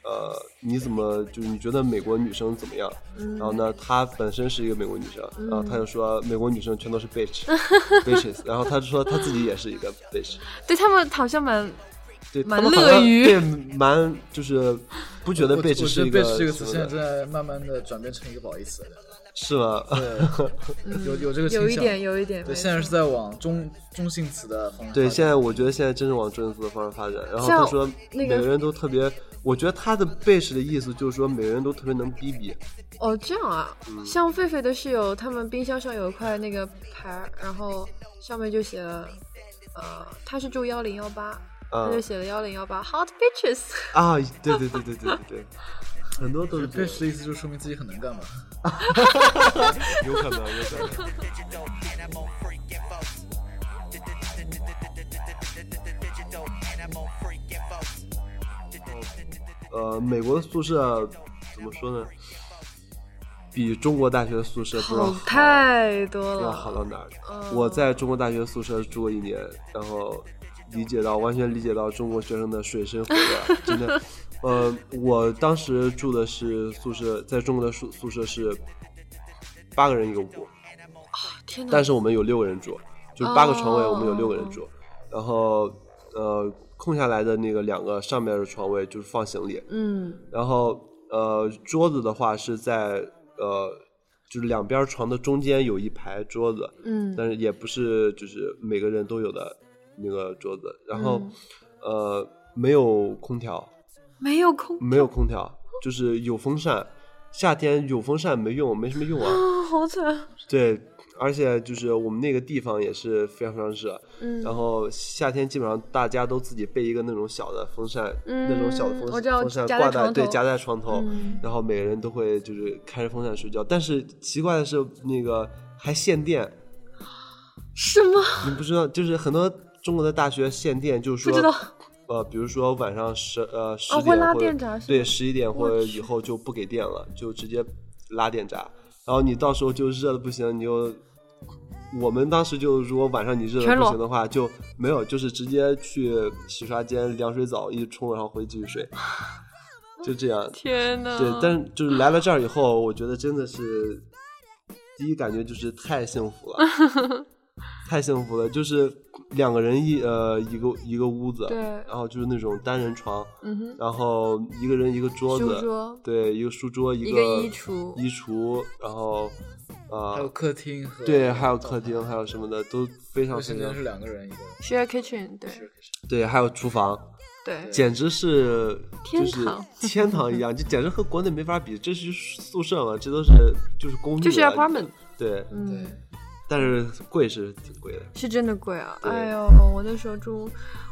Speaker 1: 呃，你怎么就是你觉得美国女生怎么样？
Speaker 4: 嗯
Speaker 1: 然后呢，她本身是一个美国女生，然后他就说美国女生全都是 bitch bitches，然后他就说他自己也是一个 bitch，
Speaker 4: 对他们好像蛮
Speaker 1: 对，
Speaker 4: 蛮
Speaker 1: 他们好像
Speaker 4: 乐于
Speaker 1: 对蛮就是不觉得
Speaker 3: 我
Speaker 1: bitch
Speaker 3: 我
Speaker 1: 是
Speaker 3: 觉
Speaker 1: 一
Speaker 3: 得
Speaker 1: 个
Speaker 3: bitch 这个词
Speaker 1: 什
Speaker 3: 现
Speaker 1: 么
Speaker 3: 在
Speaker 1: 的
Speaker 3: 正在慢慢的转变成一个褒义词了。
Speaker 1: 是吗？
Speaker 3: 对，有有这个倾
Speaker 4: 嗯
Speaker 3: 向。
Speaker 4: 有一点，有一点。
Speaker 3: 对，
Speaker 4: 没
Speaker 3: 现在
Speaker 4: 错
Speaker 3: 是在往中中性词的方向。
Speaker 1: 对，现在我觉得现在真是往中文字的方向发展。然后他
Speaker 4: 像
Speaker 1: 说，
Speaker 4: 那
Speaker 1: 每
Speaker 4: 个
Speaker 1: 个人都特别，我觉得他的背时的意思就是说，每个人都特别能逼逼。
Speaker 4: 哦，这样啊，
Speaker 1: 嗯
Speaker 4: 像狒狒的室友，他们冰箱上有一块那个牌儿，然后上面就写了，呃，他是住幺零幺八，他就
Speaker 1: 嗯
Speaker 4: 写了幺零幺八 hot bitches，
Speaker 1: 啊，对对对对对对对，很多都是这
Speaker 3: bitch
Speaker 1: 样，
Speaker 3: 的意思就说明自己很能干嘛。
Speaker 1: 有可能，有可能。 呃，美国的宿舍怎么说呢？比中国大学的宿舍不知道
Speaker 4: 好太
Speaker 1: 不
Speaker 4: 多
Speaker 1: 知道好
Speaker 4: 了。
Speaker 1: 到哪儿。我在中国大学宿舍住过一年，然后理解到完全理解到中国学生的水深火热，真的。呃，我当时住的是宿舍，在中国的宿宿舍是八个人一个屋，
Speaker 4: 天哪
Speaker 1: 但！是我们有六个人住，就是八个床位，
Speaker 4: 哦
Speaker 1: 我们有六个人住。然后呃，空下来的那个两个上面的床位就是放行李，
Speaker 4: 嗯
Speaker 1: 然后呃，桌子的话是在呃，就是两边床的中间有一排桌子，
Speaker 4: 嗯
Speaker 1: 但是也不是就是每个人都有的那个桌子，然后、
Speaker 4: 嗯
Speaker 1: 呃没有空调，
Speaker 4: 没有空啊
Speaker 1: 没有空调，就是有风扇，夏天有风扇没用，没什么用 啊。
Speaker 4: 啊，好惨。
Speaker 1: 对，而且就是我们那个地方也是非常非常热，
Speaker 4: 嗯
Speaker 1: 然后夏天基本上大家都自己备一个那种小的风扇，那种小的
Speaker 4: 嗯
Speaker 1: 风
Speaker 4: 我知道
Speaker 1: 风扇
Speaker 4: 夹在
Speaker 1: 挂
Speaker 4: 床
Speaker 1: 在对
Speaker 4: 头
Speaker 1: 夹在床头，
Speaker 4: 嗯
Speaker 1: 然后每个人都会就是开着风扇睡觉，但是奇怪的是那个还限电。
Speaker 4: 什么？
Speaker 1: 你不知道，就是很多中国的大学限电，就是说，
Speaker 4: 不知道哦
Speaker 1: 呃，比如说晚上十呃十点
Speaker 4: 会拉
Speaker 1: 或者
Speaker 4: 电闸是
Speaker 1: 对
Speaker 4: 吗
Speaker 1: 十一点或者以后就不给电了，就直接拉电闸，然后你到时候就热的不行，你就。我们当时就，如果晚上你热
Speaker 4: 全
Speaker 1: 的不
Speaker 4: 裸
Speaker 1: 行的话，就没有，就是直接去洗刷间凉水澡一冲，然后回去继续睡， 就这样。
Speaker 4: 天哪！
Speaker 1: 对，但是就是来了这儿以后，我觉得真的是第一感觉就是太幸福了， 太幸福了，就是两个人一呃一个一个屋子，
Speaker 4: 对
Speaker 1: 然后就是那种单人床，
Speaker 4: 嗯哼，
Speaker 1: 然后一个人一个桌
Speaker 4: 书
Speaker 1: 子，
Speaker 4: 桌
Speaker 1: 对，一个书桌，一
Speaker 4: 一
Speaker 1: 个
Speaker 4: 个衣橱
Speaker 1: 衣橱，然后啊、
Speaker 3: 还有客厅和
Speaker 1: 对，还有客厅，还有什么的都非常
Speaker 3: 卫
Speaker 1: 非
Speaker 3: 生间
Speaker 1: 常
Speaker 3: 是两个人一个，
Speaker 4: share kitchen，对
Speaker 1: 对，还有厨房，
Speaker 4: 对
Speaker 1: 简直是
Speaker 4: 天
Speaker 1: 就是
Speaker 4: 堂
Speaker 1: 天堂一样，就简直和国内没法比，这是宿舍嘛，这都是就是公寓，
Speaker 4: 就是 apartment，
Speaker 1: 对，
Speaker 4: 嗯，
Speaker 1: 但是贵是挺贵的，
Speaker 4: 是真的贵啊！
Speaker 1: 对
Speaker 4: 哎呦，我那时候住，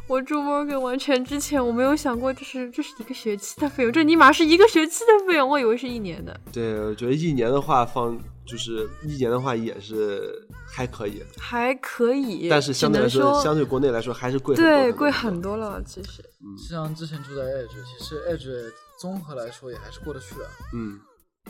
Speaker 4: 我住 Morgan 完全之前，我没有想过这是这是一个学期的费用，这尼玛是一个学期的费用，我以为是一年的，
Speaker 1: 对，我觉得一年的话放就是一年的话也是还可以，
Speaker 4: 还可以，
Speaker 1: 但是相对来
Speaker 4: 只能
Speaker 1: 说，相对国内来说还是贵很多
Speaker 4: 对
Speaker 1: 很多
Speaker 4: 贵很多了，其实
Speaker 3: 像之前住在 Edge，其实 Edge 综合来说也还是过得去的，
Speaker 1: 嗯，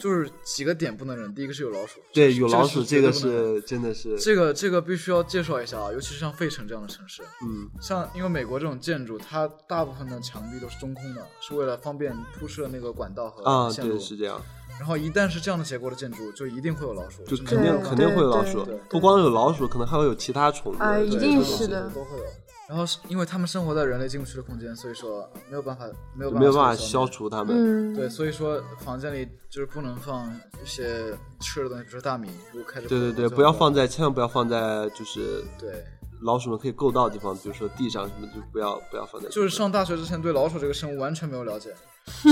Speaker 3: 就是几个点不能忍，第一个是有老鼠，
Speaker 1: 对，有老鼠这
Speaker 3: 这个
Speaker 1: 个
Speaker 3: 是绝对不能忍
Speaker 1: 是真的是，
Speaker 3: 这个这个必须要介绍一下啊，尤其是像费城这样的城市，
Speaker 1: 嗯
Speaker 3: 像因为美国这种建筑，它大部分的墙壁都是中空的，是为了方便铺设那个管道
Speaker 1: 啊，
Speaker 3: 和线路。
Speaker 1: 对，是这样，
Speaker 3: 然后一旦是这样的结构的建筑，就一定会有老鼠，
Speaker 1: 就
Speaker 3: 这
Speaker 1: 肯
Speaker 3: 没
Speaker 1: 定
Speaker 3: 有办法
Speaker 1: 肯定会有老
Speaker 4: 对
Speaker 1: 鼠
Speaker 3: 对对，
Speaker 1: 不光有老鼠，可能还会有其他宠物，
Speaker 4: 哎
Speaker 1: 对
Speaker 4: 一
Speaker 3: 对
Speaker 4: 定
Speaker 3: 这
Speaker 4: 是
Speaker 3: 种
Speaker 4: 的
Speaker 3: 东西都会有。然后是因为他们生活在人类进不去的空间，所以说没有办法，没有办法
Speaker 1: 没有办法消
Speaker 3: 消灭。
Speaker 1: 除它们。
Speaker 4: 嗯，
Speaker 3: 对，所以说房间里就是不能放一些吃的东西，比如说大米，如果开着
Speaker 1: 对对
Speaker 3: 火
Speaker 1: 对，
Speaker 3: 就
Speaker 1: 不要
Speaker 3: 会
Speaker 1: 放在，千万不要放在就是
Speaker 3: 对。
Speaker 1: 老鼠们可以够到的地方，比如说地上什么，就不要不要放在。
Speaker 3: 就是上大学之前对老鼠这个生物完全没有了解，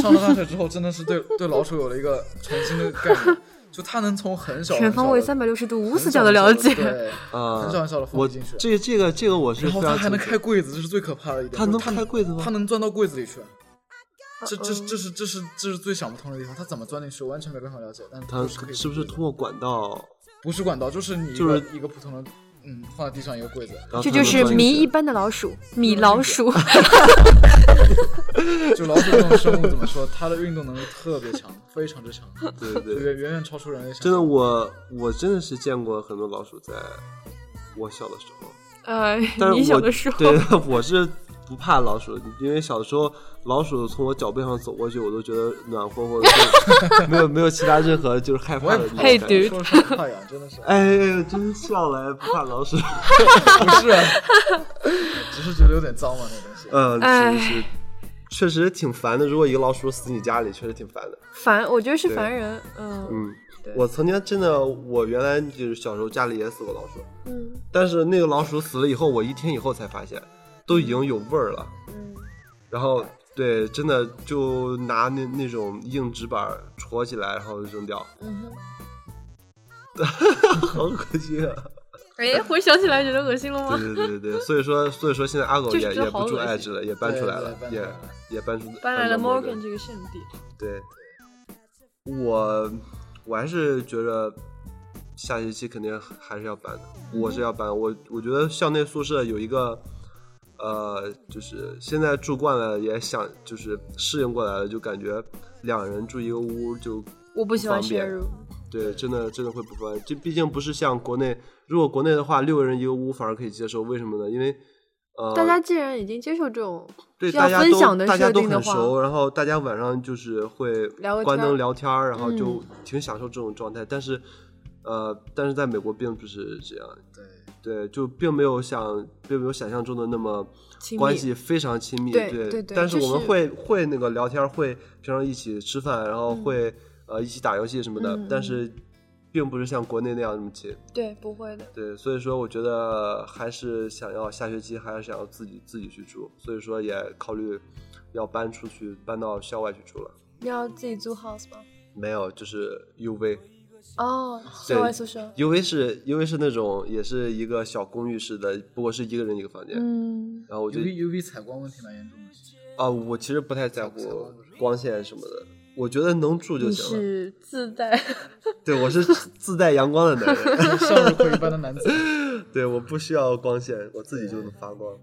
Speaker 3: 上了大学之后真的是对对老鼠有了一个重新的概念，就它能从很小
Speaker 4: 全方位三
Speaker 3: 百
Speaker 4: 百六十度无死角的了 解，
Speaker 3: 对，
Speaker 1: 啊，
Speaker 3: 很少很少的放
Speaker 1: 我
Speaker 3: 进去。
Speaker 1: 这这个这个我是
Speaker 3: 然
Speaker 1: 非
Speaker 3: 后
Speaker 1: 常
Speaker 3: 它还能
Speaker 1: 清楚
Speaker 3: 开柜子，这是最可怕的一点。
Speaker 1: 它能
Speaker 3: 就是
Speaker 1: 开柜子吗
Speaker 3: 它能钻到柜子里去，这这
Speaker 4: 嗯
Speaker 3: 这是这是这是最想不通的地方，它怎么钻进去，我完全没办法了解。但
Speaker 1: 它
Speaker 3: 是可以
Speaker 1: 是不是
Speaker 3: 进去
Speaker 1: 通过管道？
Speaker 3: 不是管道，就是你一个
Speaker 1: 就是
Speaker 3: 一个普通的，嗯，放在地上一个柜子。
Speaker 1: 然后
Speaker 4: 这
Speaker 1: 它
Speaker 4: 就
Speaker 1: 能
Speaker 4: 是
Speaker 1: 钻进
Speaker 4: 谜
Speaker 1: 去
Speaker 4: 一般的老鼠，米
Speaker 1: 嗯
Speaker 4: 老 鼠，
Speaker 3: 就老鼠这种生物怎么说，它的运动能力特别强，非常之强，
Speaker 1: 对对对，
Speaker 3: 远远远超出人类想象。
Speaker 1: 真的我我真的是见过很多老鼠，在我小的时候。
Speaker 4: 呃，
Speaker 1: 但是
Speaker 4: 你小
Speaker 1: 我
Speaker 4: 的时候，
Speaker 1: 对，我是不怕老鼠，因为小时候老鼠从我脚背上走过去，我都觉得暖和和的， 没有没有其他任何就是害
Speaker 3: 我
Speaker 1: 怕
Speaker 3: 也
Speaker 1: 的
Speaker 3: 不
Speaker 1: 那种感觉。
Speaker 4: 嘿 dude
Speaker 3: 怕说实话呀，真的是
Speaker 1: 哎，真笑了，哎不怕老 鼠。
Speaker 3: 不是啊， 只是觉得有点脏嘛，那东西。
Speaker 1: 嗯，
Speaker 4: 哎
Speaker 1: 是是，确实挺烦的。如果一个老鼠死你家里，确实挺烦的。
Speaker 4: 烦，我觉得是
Speaker 1: 对
Speaker 4: 烦人，嗯
Speaker 1: 嗯，我曾经真的，我原来就是小时候家里也死过老鼠，
Speaker 4: 嗯，
Speaker 1: 但是那个老鼠死了以后，我一天以后才发现，都已经有味儿了。然后对，真的就拿那那种硬纸板儿戳起来，然后扔掉。 好恶心啊！
Speaker 4: 哎，回想起来觉得恶心了 吗
Speaker 1: 对？对对对对，所以说所以说现在阿狗
Speaker 4: 就是
Speaker 1: 也
Speaker 4: 觉得
Speaker 1: 也
Speaker 4: 好
Speaker 1: 不住
Speaker 4: 恶心
Speaker 1: 爱知了，也搬出来了
Speaker 3: 对，对搬出来
Speaker 1: 也
Speaker 3: 了
Speaker 1: 也搬出
Speaker 4: 搬来了
Speaker 1: 到摩根
Speaker 4: Morgan 这个圣地，
Speaker 1: 对，我我还是觉得下学期肯定还是要搬的，
Speaker 4: 嗯
Speaker 1: 我是要搬。我我觉得校内宿舍有一个，呃，就是现在住惯了，也想就是适应过来了，就感觉两人住一个屋就
Speaker 4: 我不喜欢
Speaker 1: 不方便
Speaker 4: share room，
Speaker 1: 对，真的真的会不方便。这毕竟不是像国内，如果国内的话，六个人一个屋反而可以接受，为什么呢？因为呃，
Speaker 4: 大家既然已经接受这种
Speaker 1: 对，
Speaker 4: 要
Speaker 1: 大家
Speaker 4: 分
Speaker 1: 都
Speaker 4: 享的
Speaker 1: 大家
Speaker 4: 设
Speaker 1: 都
Speaker 4: 定的
Speaker 1: 很
Speaker 4: 话，
Speaker 1: 熟，然后大家晚上就是会
Speaker 4: 聊个
Speaker 1: 关
Speaker 4: 天儿
Speaker 1: 灯聊天儿，然后就
Speaker 4: 嗯
Speaker 1: 挺享受这种状态。但是，呃，但是在美国并不是这样，
Speaker 3: 对，
Speaker 1: 对，就并没有想，并没有想象中的那么
Speaker 4: 亲密
Speaker 1: 关系非常亲密，
Speaker 4: 对
Speaker 1: 对
Speaker 4: 对对
Speaker 1: 但是
Speaker 4: 就
Speaker 1: 我们
Speaker 4: 是
Speaker 1: 会会那个聊天儿，会平常一起吃饭，然后会、呃一起打游戏什么的，
Speaker 4: 嗯
Speaker 1: 但是并不是像国内那样那么亲。
Speaker 4: 对，不会的，
Speaker 1: 对，所以说我觉得还是想要下学期还是想要自己自己去住，所以说也考虑要搬出去，搬到校外去住了。
Speaker 4: 你要自己租 house 吗？
Speaker 1: 没有，就是 UV，UV
Speaker 4: 哦，
Speaker 1: 对
Speaker 4: 校外宿舍，
Speaker 1: 是 UV 是那种也是一个小公寓式的，不过是一个人一个房间。
Speaker 4: 嗯，
Speaker 1: 然后我就
Speaker 3: UV UV 采光问题蛮严重的，其实
Speaker 1: 啊，我其实不太在乎光线什么的，我觉得能住就
Speaker 4: 你
Speaker 1: 行了。
Speaker 4: 是自带，
Speaker 1: 对，我是自带阳光的男人，
Speaker 3: 向日葵一般的男子。
Speaker 1: 对，我不需要光线，我自己就能发光。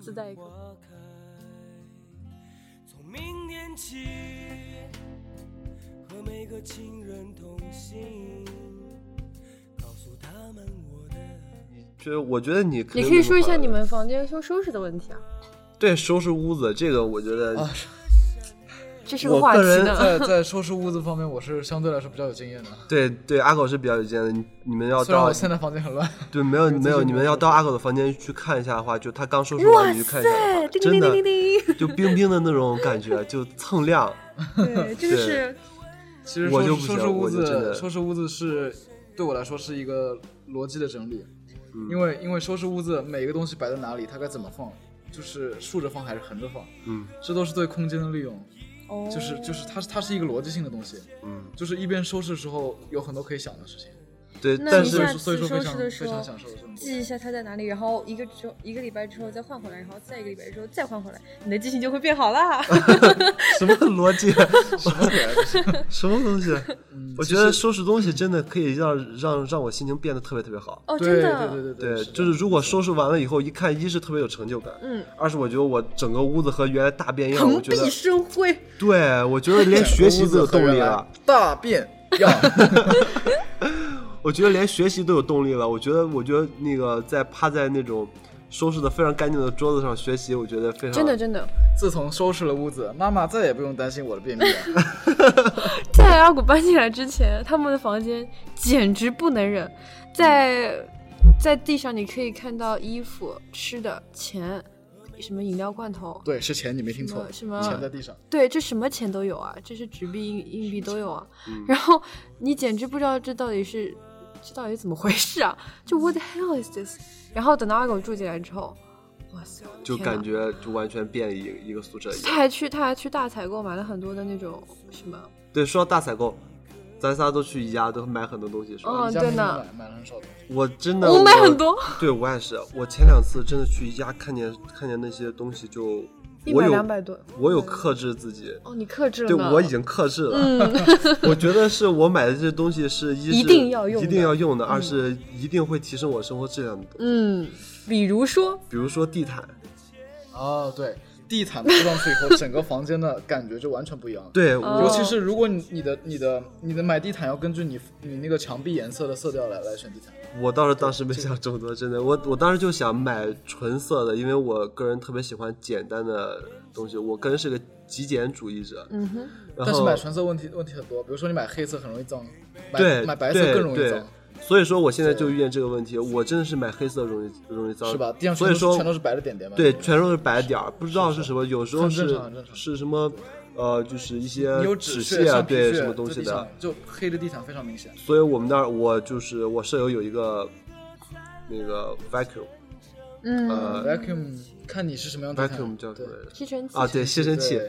Speaker 4: 自带一
Speaker 1: 嗯
Speaker 4: 个，
Speaker 6: 我可以从明年起和每个亲人同行，告诉他们我的。
Speaker 1: 就是我觉得你肯定
Speaker 4: 你可以
Speaker 1: 能
Speaker 4: 说一下
Speaker 1: 把
Speaker 4: 你们房间收收拾的问题啊，
Speaker 1: 对收拾屋子这个，我觉得
Speaker 3: 啊
Speaker 4: 这是个
Speaker 1: 我
Speaker 4: 话题
Speaker 1: 个人
Speaker 4: 呢。
Speaker 3: 在在收拾屋子方面，我是相对来说比较有经验的。
Speaker 1: 对对，阿狗是比较有经验的。你你们要
Speaker 3: 虽然
Speaker 1: 到
Speaker 3: 我现在房间很乱，
Speaker 1: 对没有没有，
Speaker 3: 有
Speaker 1: 你们要到阿狗的房间去看一下的话，就他刚收拾完你去看一下的话，
Speaker 4: 叮
Speaker 1: 真
Speaker 4: 叮叮叮
Speaker 1: 的
Speaker 4: 叮叮，
Speaker 1: 就冰冰的那种感觉，就锃亮。
Speaker 5: 对，这就是
Speaker 3: 其实
Speaker 1: 我
Speaker 3: 收
Speaker 1: 就不
Speaker 3: 拾
Speaker 1: 行
Speaker 3: 收拾屋
Speaker 1: 我就真
Speaker 3: 子，
Speaker 1: 的
Speaker 3: 收拾屋子是对我来说是一个逻辑的整理，
Speaker 1: 嗯
Speaker 3: 因为因为收拾屋子每一个东西摆在哪里，它该怎么放，就是竖着放还是横着放，
Speaker 1: 嗯
Speaker 3: 这都是对空间的利用，
Speaker 5: 哦，
Speaker 3: 就是就是它它是一个逻辑性的东西，
Speaker 1: 嗯，
Speaker 3: 就是一边收拾的时候有很多可以想的事情，
Speaker 1: 对，
Speaker 5: 那
Speaker 1: 但
Speaker 5: 你
Speaker 1: 是
Speaker 5: 下
Speaker 3: 所以
Speaker 5: 次
Speaker 3: 说
Speaker 5: 收
Speaker 3: 非常
Speaker 5: 拾的时
Speaker 3: 非常
Speaker 5: 候
Speaker 3: 享受这种。
Speaker 5: 记一下它在哪里，然后一个之后一个礼拜之后再换回来，然后再一个礼拜之后再换回来，你的记性就会变好 啦。
Speaker 1: 什么逻辑？
Speaker 3: 什么鬼啊这是
Speaker 1: 什么东西？
Speaker 3: 嗯
Speaker 1: 我
Speaker 3: 其
Speaker 1: 觉得
Speaker 3: 实
Speaker 1: 收拾东西真的可以让让让我心情变得特别特别好。
Speaker 5: 哦，真
Speaker 3: 对
Speaker 5: 的，
Speaker 3: 对对对
Speaker 1: 对，
Speaker 3: 的
Speaker 1: 就是如果收拾完了以后，一看一是特别有成就感，
Speaker 5: 嗯，
Speaker 1: 二是我觉得我整个屋子和原来大变样，啊我
Speaker 5: 蓬
Speaker 1: 觉得
Speaker 5: 荜生辉。
Speaker 1: 对，啊我觉得 连学习都有动力了。，
Speaker 3: 大便要
Speaker 1: 我觉得连学习都有动力了。我觉得，我觉得那个在趴在那种收拾的非常干净的桌子上学习，我觉得非常
Speaker 4: 真的真的，
Speaker 3: 自从收拾了屋子，妈妈再也不用担心我的便秘了。
Speaker 4: 在阿古搬进来之前，他们的房间简直不能忍，在在地上你可以看到衣服、吃的、钱，什么饮料罐头，
Speaker 3: 对，是钱，你没听错，
Speaker 4: 什么
Speaker 3: 钱在地上。
Speaker 4: 对，这什么钱都有啊，这是纸币、硬硬币都有啊。
Speaker 1: 嗯
Speaker 4: 然后你简直不知道这到底是这到底怎么回事啊？就 What the hell is this？然后等到阿狗住进来之后，哇塞，我的
Speaker 1: 就
Speaker 4: 天哪
Speaker 1: 感觉就完全变了一个一个宿舍一
Speaker 4: 他
Speaker 1: 样。
Speaker 4: 还去他还去大采购买了很多的那种什么，
Speaker 1: 对，说到大采购，咱仨都去宜家都买很多东西，是吧？
Speaker 4: 嗯
Speaker 3: 你家
Speaker 4: 对
Speaker 3: 没
Speaker 4: 呢
Speaker 3: 买买了很少的。
Speaker 1: 我真的
Speaker 4: 我买很。多，
Speaker 1: 对我也是，我前两次真的去宜家看见看见那些东西就，
Speaker 4: 一
Speaker 1: 我
Speaker 4: 百
Speaker 1: 有
Speaker 4: 两百多。
Speaker 1: 我有克制自己，
Speaker 4: 哦，你克制了
Speaker 1: 对
Speaker 4: 呢？
Speaker 1: 我已经克制了。
Speaker 4: 嗯，
Speaker 1: 我觉得是我买的这些东西 是一是
Speaker 4: 一定要用的
Speaker 1: 一定要用的，二是一定会提升我生活质量的。
Speaker 4: 嗯，比如说，
Speaker 1: 比如说地毯，
Speaker 3: 哦，对，地毯铺上去以后，整个房间的感觉就完全不一样了。
Speaker 1: 对，
Speaker 4: 哦
Speaker 3: 尤其是如果你你的你的你的买地毯要根据你你那个墙壁颜色的色调来来选地毯，
Speaker 1: 我倒是当时没想这么多，真的，我我当时就想买纯色的，因为我个人特别喜欢简单的东西，我个人是个极简主义者。
Speaker 4: 嗯哼，
Speaker 1: 然
Speaker 3: 但是
Speaker 1: 后
Speaker 3: 买纯色问题问题很多，比如说你买黑色很容易脏，买
Speaker 1: 对
Speaker 3: 买白色更容易
Speaker 1: 对对
Speaker 3: 脏，，
Speaker 1: 所以说我现在就遇见这个问题，我真的是买黑色容易容易脏，
Speaker 3: 是吧？地上全
Speaker 1: 所以
Speaker 3: 都是
Speaker 1: 说
Speaker 3: 全都是白的点点嘛。
Speaker 1: 对，全都是白点儿，不知道是什么，有时候
Speaker 3: 很正
Speaker 1: 是
Speaker 3: 常很正常
Speaker 1: 是什么，呃，就是一些
Speaker 3: 你有
Speaker 1: 纸
Speaker 3: 屑、
Speaker 1: 啊，
Speaker 3: 橡皮
Speaker 1: 对，
Speaker 3: 屑，
Speaker 1: 什么东西
Speaker 3: 这地
Speaker 1: 的
Speaker 3: 上，就黑的地毯非常明显。
Speaker 1: 所以我们那儿我就是我舍友有一个那个 vacuum
Speaker 4: 嗯，
Speaker 1: 呃
Speaker 3: vacuum 看你是什么样的地毯
Speaker 1: vacuum 叫什
Speaker 3: 对
Speaker 1: 么来着？
Speaker 4: 吸尘器
Speaker 1: 啊，对，吸尘器。
Speaker 3: 对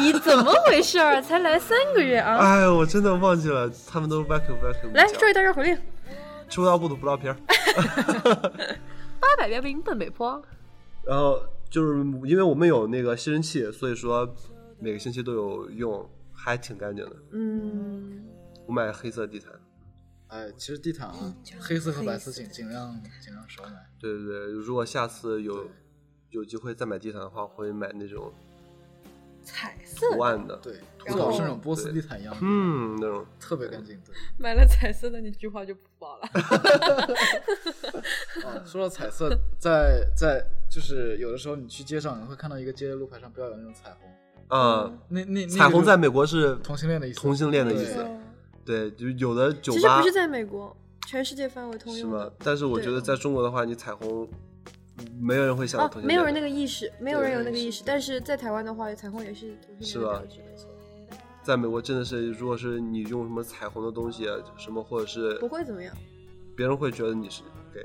Speaker 4: 你怎么回事儿？才来三个月啊！
Speaker 1: 哎，我真的忘记了，他们都 vacuum vacuum
Speaker 5: 来，
Speaker 1: 讲
Speaker 5: 周一到绕口令，
Speaker 1: 吃不到不吐葡萄 皮儿。
Speaker 4: 八百标兵奔北坡，
Speaker 1: 然后就是因为我们有那个吸尘器，所以说每个星期都有用，还挺干净的。
Speaker 4: 嗯，
Speaker 1: 我买黑色地毯，
Speaker 3: 哎，其实地毯啊，黑色和白色尽尽量尽量少买。
Speaker 1: 对对对，如果下次有有机会再买地毯的话，会买那种
Speaker 5: 彩色
Speaker 1: 图案的，
Speaker 3: 对，
Speaker 1: 然后
Speaker 3: 土岛是那种波斯地毯一样的，
Speaker 1: 嗯，那种
Speaker 3: 特别干净。对，
Speaker 5: 买了彩色的那句话就不报了。
Speaker 3: 啊，说到彩色，在在就是有的时候你去街上，你会看到一个街的路牌上标有那种彩虹，
Speaker 5: 嗯
Speaker 1: 啊、
Speaker 3: 那那那
Speaker 1: 彩虹
Speaker 3: 个就
Speaker 1: 在美国是
Speaker 3: 同性恋的意思，
Speaker 1: 同性恋的意思对，
Speaker 3: 对。
Speaker 1: 就有的酒
Speaker 5: 其实
Speaker 1: 吧
Speaker 5: 不是在美国，全世界范围通
Speaker 1: 是
Speaker 5: 用
Speaker 1: 吗
Speaker 5: 的。？
Speaker 1: 但是我觉得在中国的话，你彩虹，没有人会想到
Speaker 5: 哦
Speaker 1: 同，性恋、
Speaker 5: 没有人那个意识，没有人有那个
Speaker 3: 对
Speaker 5: 意识，但是在台湾的话，彩虹也是同
Speaker 1: 是
Speaker 5: 性恋的
Speaker 1: 吧
Speaker 5: 标志，没错，
Speaker 1: 在美国真的是，如果是你用什么彩虹的东西，啊什么或者是
Speaker 5: 不会怎么样。
Speaker 1: 别人会觉得你是 gay，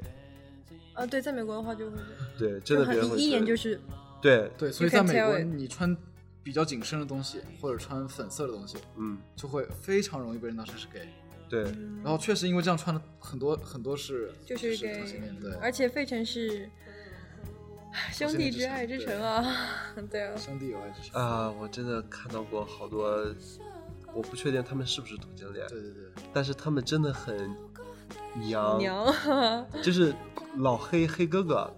Speaker 5: 啊，对，在美国的话就会这样
Speaker 1: 对，真的别
Speaker 5: 就
Speaker 1: 人
Speaker 5: 很
Speaker 1: 会
Speaker 5: 一一
Speaker 1: 觉
Speaker 5: 眼
Speaker 1: 得
Speaker 5: 就是
Speaker 1: 对，
Speaker 3: 对，所以
Speaker 5: You
Speaker 3: 在
Speaker 5: can
Speaker 3: 美国
Speaker 5: tell it
Speaker 3: 你穿比较紧身的东西，或者穿粉色的东西，
Speaker 1: 嗯，
Speaker 3: 就会非常容易被人当成是 gay。
Speaker 1: 对，
Speaker 5: 嗯
Speaker 3: 然后确实因为这样穿的很多很多是
Speaker 5: 就是
Speaker 3: 是
Speaker 5: gay
Speaker 3: 同性恋，对，
Speaker 5: 而且费城是唉兄弟之爱之城啊， 对啊，
Speaker 3: 兄弟有爱之心。
Speaker 1: 啊、我真的看到过好多，我不确定他们是不是同性恋，
Speaker 3: 对对对，
Speaker 1: 但是他们真的很呃
Speaker 5: 娘，
Speaker 1: 就是老黑黑哥哥，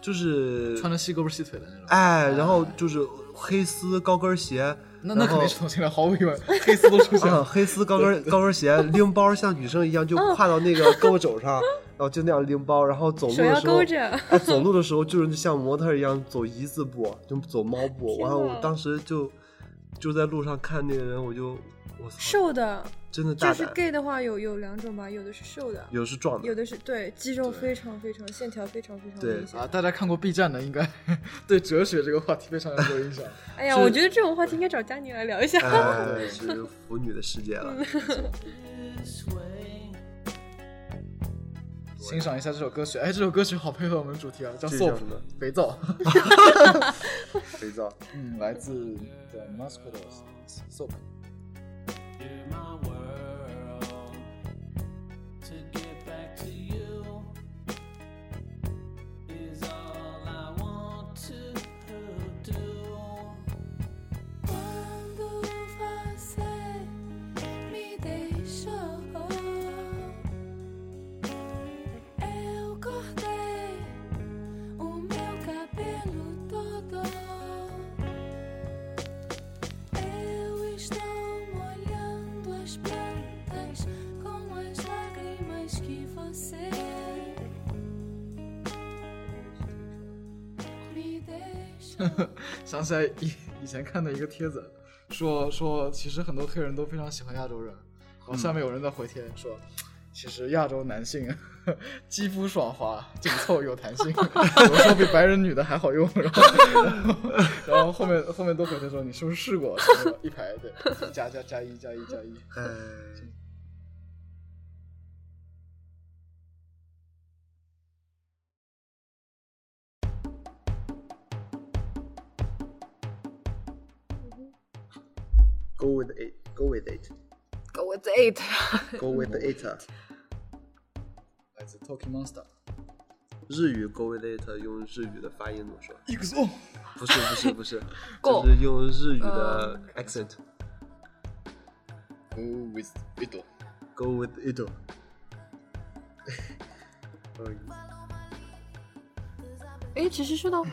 Speaker 1: 就是
Speaker 3: 穿着细胳膊细腿的那种。
Speaker 1: 哎，然后就是黑丝高跟鞋，
Speaker 3: 那
Speaker 1: 然
Speaker 3: 那
Speaker 1: 后
Speaker 3: 肯定是同性恋，毫无疑问，黑丝都出现
Speaker 1: 啊，
Speaker 3: 了。
Speaker 1: 黑丝高跟高 跟鞋，拎包像女生一样就
Speaker 5: 嗯
Speaker 1: 挎到那个胳膊肘上，然后就那样拎包，然后走路
Speaker 5: 手
Speaker 1: 的
Speaker 5: 要
Speaker 1: 时候
Speaker 5: 勾，着，
Speaker 1: 哎，走路的时候就是像模特一样走一字步，就走猫步。
Speaker 5: 天
Speaker 1: 完
Speaker 5: 呐
Speaker 1: 了，我当时就就在路上看那个人，我就我操，
Speaker 5: 瘦的，
Speaker 1: 真的
Speaker 5: 就
Speaker 1: 大
Speaker 5: 是
Speaker 1: 胆，
Speaker 5: gay 的话有有两种吧，有的是瘦的，
Speaker 1: 有的是壮
Speaker 5: 有
Speaker 1: 的，
Speaker 5: 的是对肌肉
Speaker 3: 对
Speaker 5: 非常非常，线条非常非常
Speaker 1: 对
Speaker 5: 明显
Speaker 3: 啊，。大家看过 B 站的，应该 对哲学这个话题非常有影响。
Speaker 5: 哎呀，
Speaker 1: 是
Speaker 5: 我觉得这种话题应该找佳宁来聊一下。
Speaker 1: 哎
Speaker 5: 嗯
Speaker 1: 哎，是腐女的世界了。
Speaker 6: this way.
Speaker 3: 欣赏一下这首歌曲。哎，这首歌曲好配合我们主题啊，叫
Speaker 1: 这
Speaker 3: Soap
Speaker 1: 叫什么
Speaker 3: 肥皂。
Speaker 1: 肥皂。
Speaker 3: 嗯，来自 The Mosquitoes Soap。
Speaker 7: You're my world to get back to you is all I want to do.
Speaker 8: Quando você me deixou, eu cortei o meu cabelo todo. Eu estou molhando as plantas com as lágrimas que você me deixou.
Speaker 3: 想起来以以前看的一个帖子，说说其实很多黑人都非常喜欢亚洲人，然后下
Speaker 4: 嗯
Speaker 3: 面有人在回帖说，其实亚洲男性 肌肤爽滑，紧凑有弹 性，有时候比白人女的还好用。然后然后后面后面都回帖说你是不是试过？什么什么一排对，加加加一加一加一。
Speaker 1: 呃 Go with it. Go with it.
Speaker 4: Go with it。
Speaker 1: Go with it.
Speaker 3: 来自 Talking Monster。
Speaker 1: 日语 Go with it 用日语的发音怎么 说？
Speaker 3: EXO
Speaker 1: 不是不是不 是，
Speaker 4: Go
Speaker 1: 就是用日语的 accent。
Speaker 3: Go with it。
Speaker 1: Go with it.
Speaker 4: 哎，其实说到，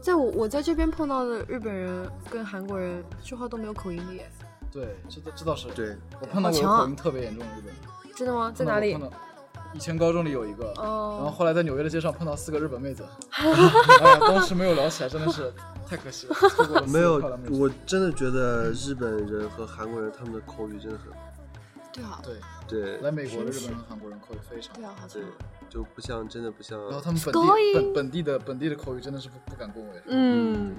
Speaker 4: 在我我在这边碰到的日本人跟韩国人说话都没有口音的耶，
Speaker 3: 对，这倒这倒是。
Speaker 1: 对，
Speaker 3: 我碰到
Speaker 4: 好
Speaker 3: 过有
Speaker 4: 强啊
Speaker 3: 口音特别严重的日本人。
Speaker 4: 真的吗？在
Speaker 3: 碰到
Speaker 4: 哪里
Speaker 3: 碰？到以前高中里有一个，
Speaker 4: 哦
Speaker 3: 然后后来在纽约的街上碰到四个日本妹 子，哎，当时没有聊起来，真的是太可惜了，错过了四
Speaker 1: 没有
Speaker 3: 个漂亮妹，子
Speaker 1: 我真的觉得日本人和韩国人他们的口语真的很
Speaker 4: 对啊，
Speaker 3: 对，
Speaker 1: 对
Speaker 3: 来美国的日本人、韩国人口语非常
Speaker 4: 对，啊，好像
Speaker 1: 对，就不像真的不像
Speaker 3: 然后他们本地
Speaker 4: 高音
Speaker 3: 本本地的本地的口语真的是不不敢恭维。
Speaker 4: 嗯。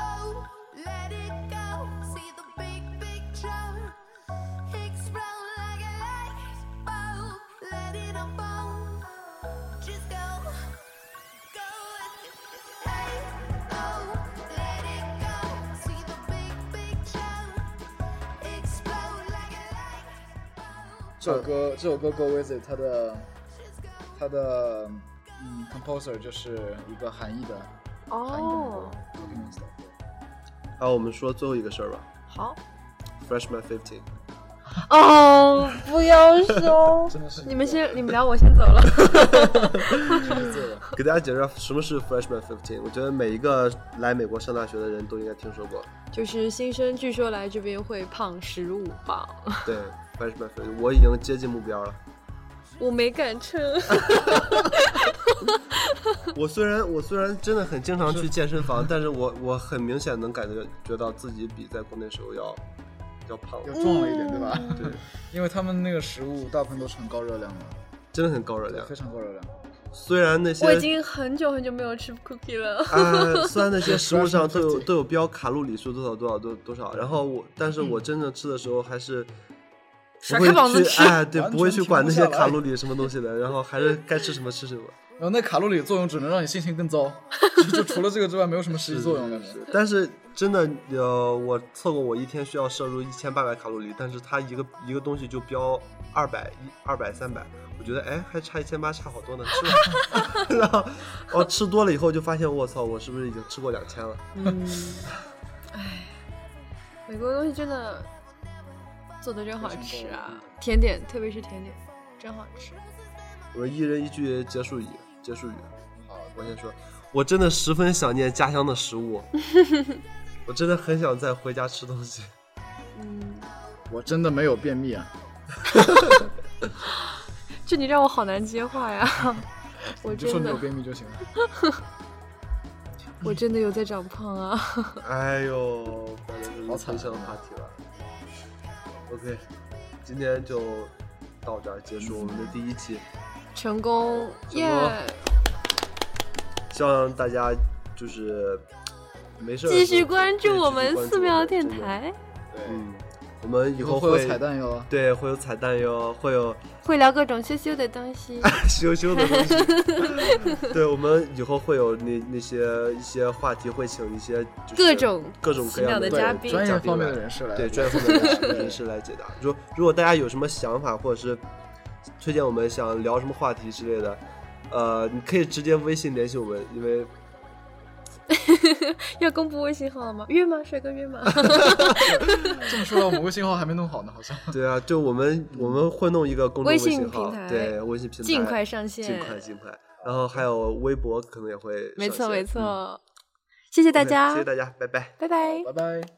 Speaker 8: Oh, let it go. See the big picture. Explode like a light bulb. Let it unfold. Just go. Go with it. Hey, oh, let it go. See the big picture. Explode like a light bulb.
Speaker 3: 这首歌这首歌《Go With It》，它的它的嗯 composer 就是一个韩裔的韩裔的那
Speaker 4: 哦
Speaker 3: 个，Rookie Monster，对
Speaker 1: 还啊有我们说最后一个事儿吧
Speaker 4: 好。
Speaker 1: ，Freshman Fifteen，
Speaker 4: 哦，不要说。
Speaker 3: 真的是
Speaker 4: 你们先，你们聊，我先走了。
Speaker 1: 给大家解释什么是 Freshman Fifteen。我觉得每一个来美国上大学的人都应该听说过。
Speaker 4: 就是新生，据说来这边会胖十五磅，
Speaker 1: 对，Freshman Fifteen，我已经接近目标了。
Speaker 4: 我没敢称。
Speaker 1: 我虽然我虽然真的很经常去健身房，但是我我很明显能感觉觉到自己比在国内时候要要胖，
Speaker 3: 要壮了一点，对吧？
Speaker 4: 嗯
Speaker 1: 对，
Speaker 3: 因为他们那个食物大部分都是很高热量的，
Speaker 1: 真的很高热量
Speaker 3: 非。常高热量。
Speaker 1: 虽然那些
Speaker 4: 我已经很久很久没有吃 cookie 了。
Speaker 1: 啊，虽然那些食物上 都有
Speaker 3: 对
Speaker 1: 都有标卡路里数多少多少多多少，然后我，但是
Speaker 3: 嗯
Speaker 1: 我真正吃的时候还 是不
Speaker 4: 甩
Speaker 1: 会
Speaker 4: 开膀子
Speaker 1: 去
Speaker 4: 吃
Speaker 1: 哎，对，
Speaker 3: 完全
Speaker 1: 不会去管那些
Speaker 3: 停不下来
Speaker 1: 卡路里什么东西的，然后还是该吃什么吃 什么。
Speaker 3: 然后那卡路里的作用只能让你心情更糟，就就除了这个之外没有什么实际作用感觉。
Speaker 1: 但是真的，呃，我测过，我一天需要摄入一千八百卡路里，但是它一个一个东西就标二百一、二百、三百，我觉得哎，还差一千八，差好多呢，吃吧。 然后哦，吃多了以后就发现，我操，我是不是已经吃过两千了？
Speaker 4: 嗯，哎，美国的东西真的做的真好吃啊！甜点，特别是甜点，真好吃。
Speaker 1: 我们一人一句结束语，结束语。
Speaker 3: 好，
Speaker 1: 我先说，我真的十分想念家乡的食 物，我真的很想再回家吃东西。
Speaker 3: 我真的没有便秘啊，
Speaker 4: 这你让我好难接话呀！我
Speaker 3: 你就说
Speaker 4: 真
Speaker 3: 你
Speaker 4: 的
Speaker 3: 有，便秘就行了。
Speaker 4: 我真的有在长胖啊！
Speaker 1: 哎呦，反正就是
Speaker 3: 好惨
Speaker 1: 分享的话题了。OK，今天就到这儿结束我们的第一期，
Speaker 4: 成功，
Speaker 1: 成功
Speaker 4: 耶、
Speaker 1: 希望大家就是没事儿的时候
Speaker 4: 继续关注我们
Speaker 1: 继续关注
Speaker 4: 寺庙
Speaker 1: 们
Speaker 4: 电
Speaker 1: 真的
Speaker 4: 台。
Speaker 1: 对
Speaker 3: 对，
Speaker 1: 嗯，我们以
Speaker 3: 以
Speaker 1: 后
Speaker 3: 后会有彩，蛋哟。
Speaker 1: 对，会有彩蛋哟，会有
Speaker 4: 会聊各种羞羞的东西。
Speaker 1: 羞羞的东西。 对，我们以后会有那那些一些话题，会请一些就是
Speaker 4: 各种
Speaker 1: 各种各样
Speaker 4: 奇妙的
Speaker 1: 对
Speaker 4: 嘉宾
Speaker 3: 专业方面
Speaker 1: 来
Speaker 3: 的人士来，
Speaker 1: 对专业方面的人士来解答。如如果大家有什么想法，或者是推荐我们想聊什么话题之类的，呃，你可以直接微信联系我们，因为
Speaker 4: 要公布微信号了吗？约吗？帅哥约吗？
Speaker 3: 这么说来，我们微信号还没弄好呢，好像。
Speaker 1: 对啊，就我们我们会弄一个公众
Speaker 4: 微信
Speaker 1: 信号，
Speaker 4: 平台
Speaker 1: 对微信平台，
Speaker 4: 尽快上线。
Speaker 1: 尽快尽快，然后还有微博可能也会上线，
Speaker 4: 没错没错，
Speaker 1: 嗯，
Speaker 4: 谢谢大
Speaker 1: OK，
Speaker 4: 家，
Speaker 1: 谢谢大家，拜拜。
Speaker 4: 拜拜。
Speaker 3: 拜拜。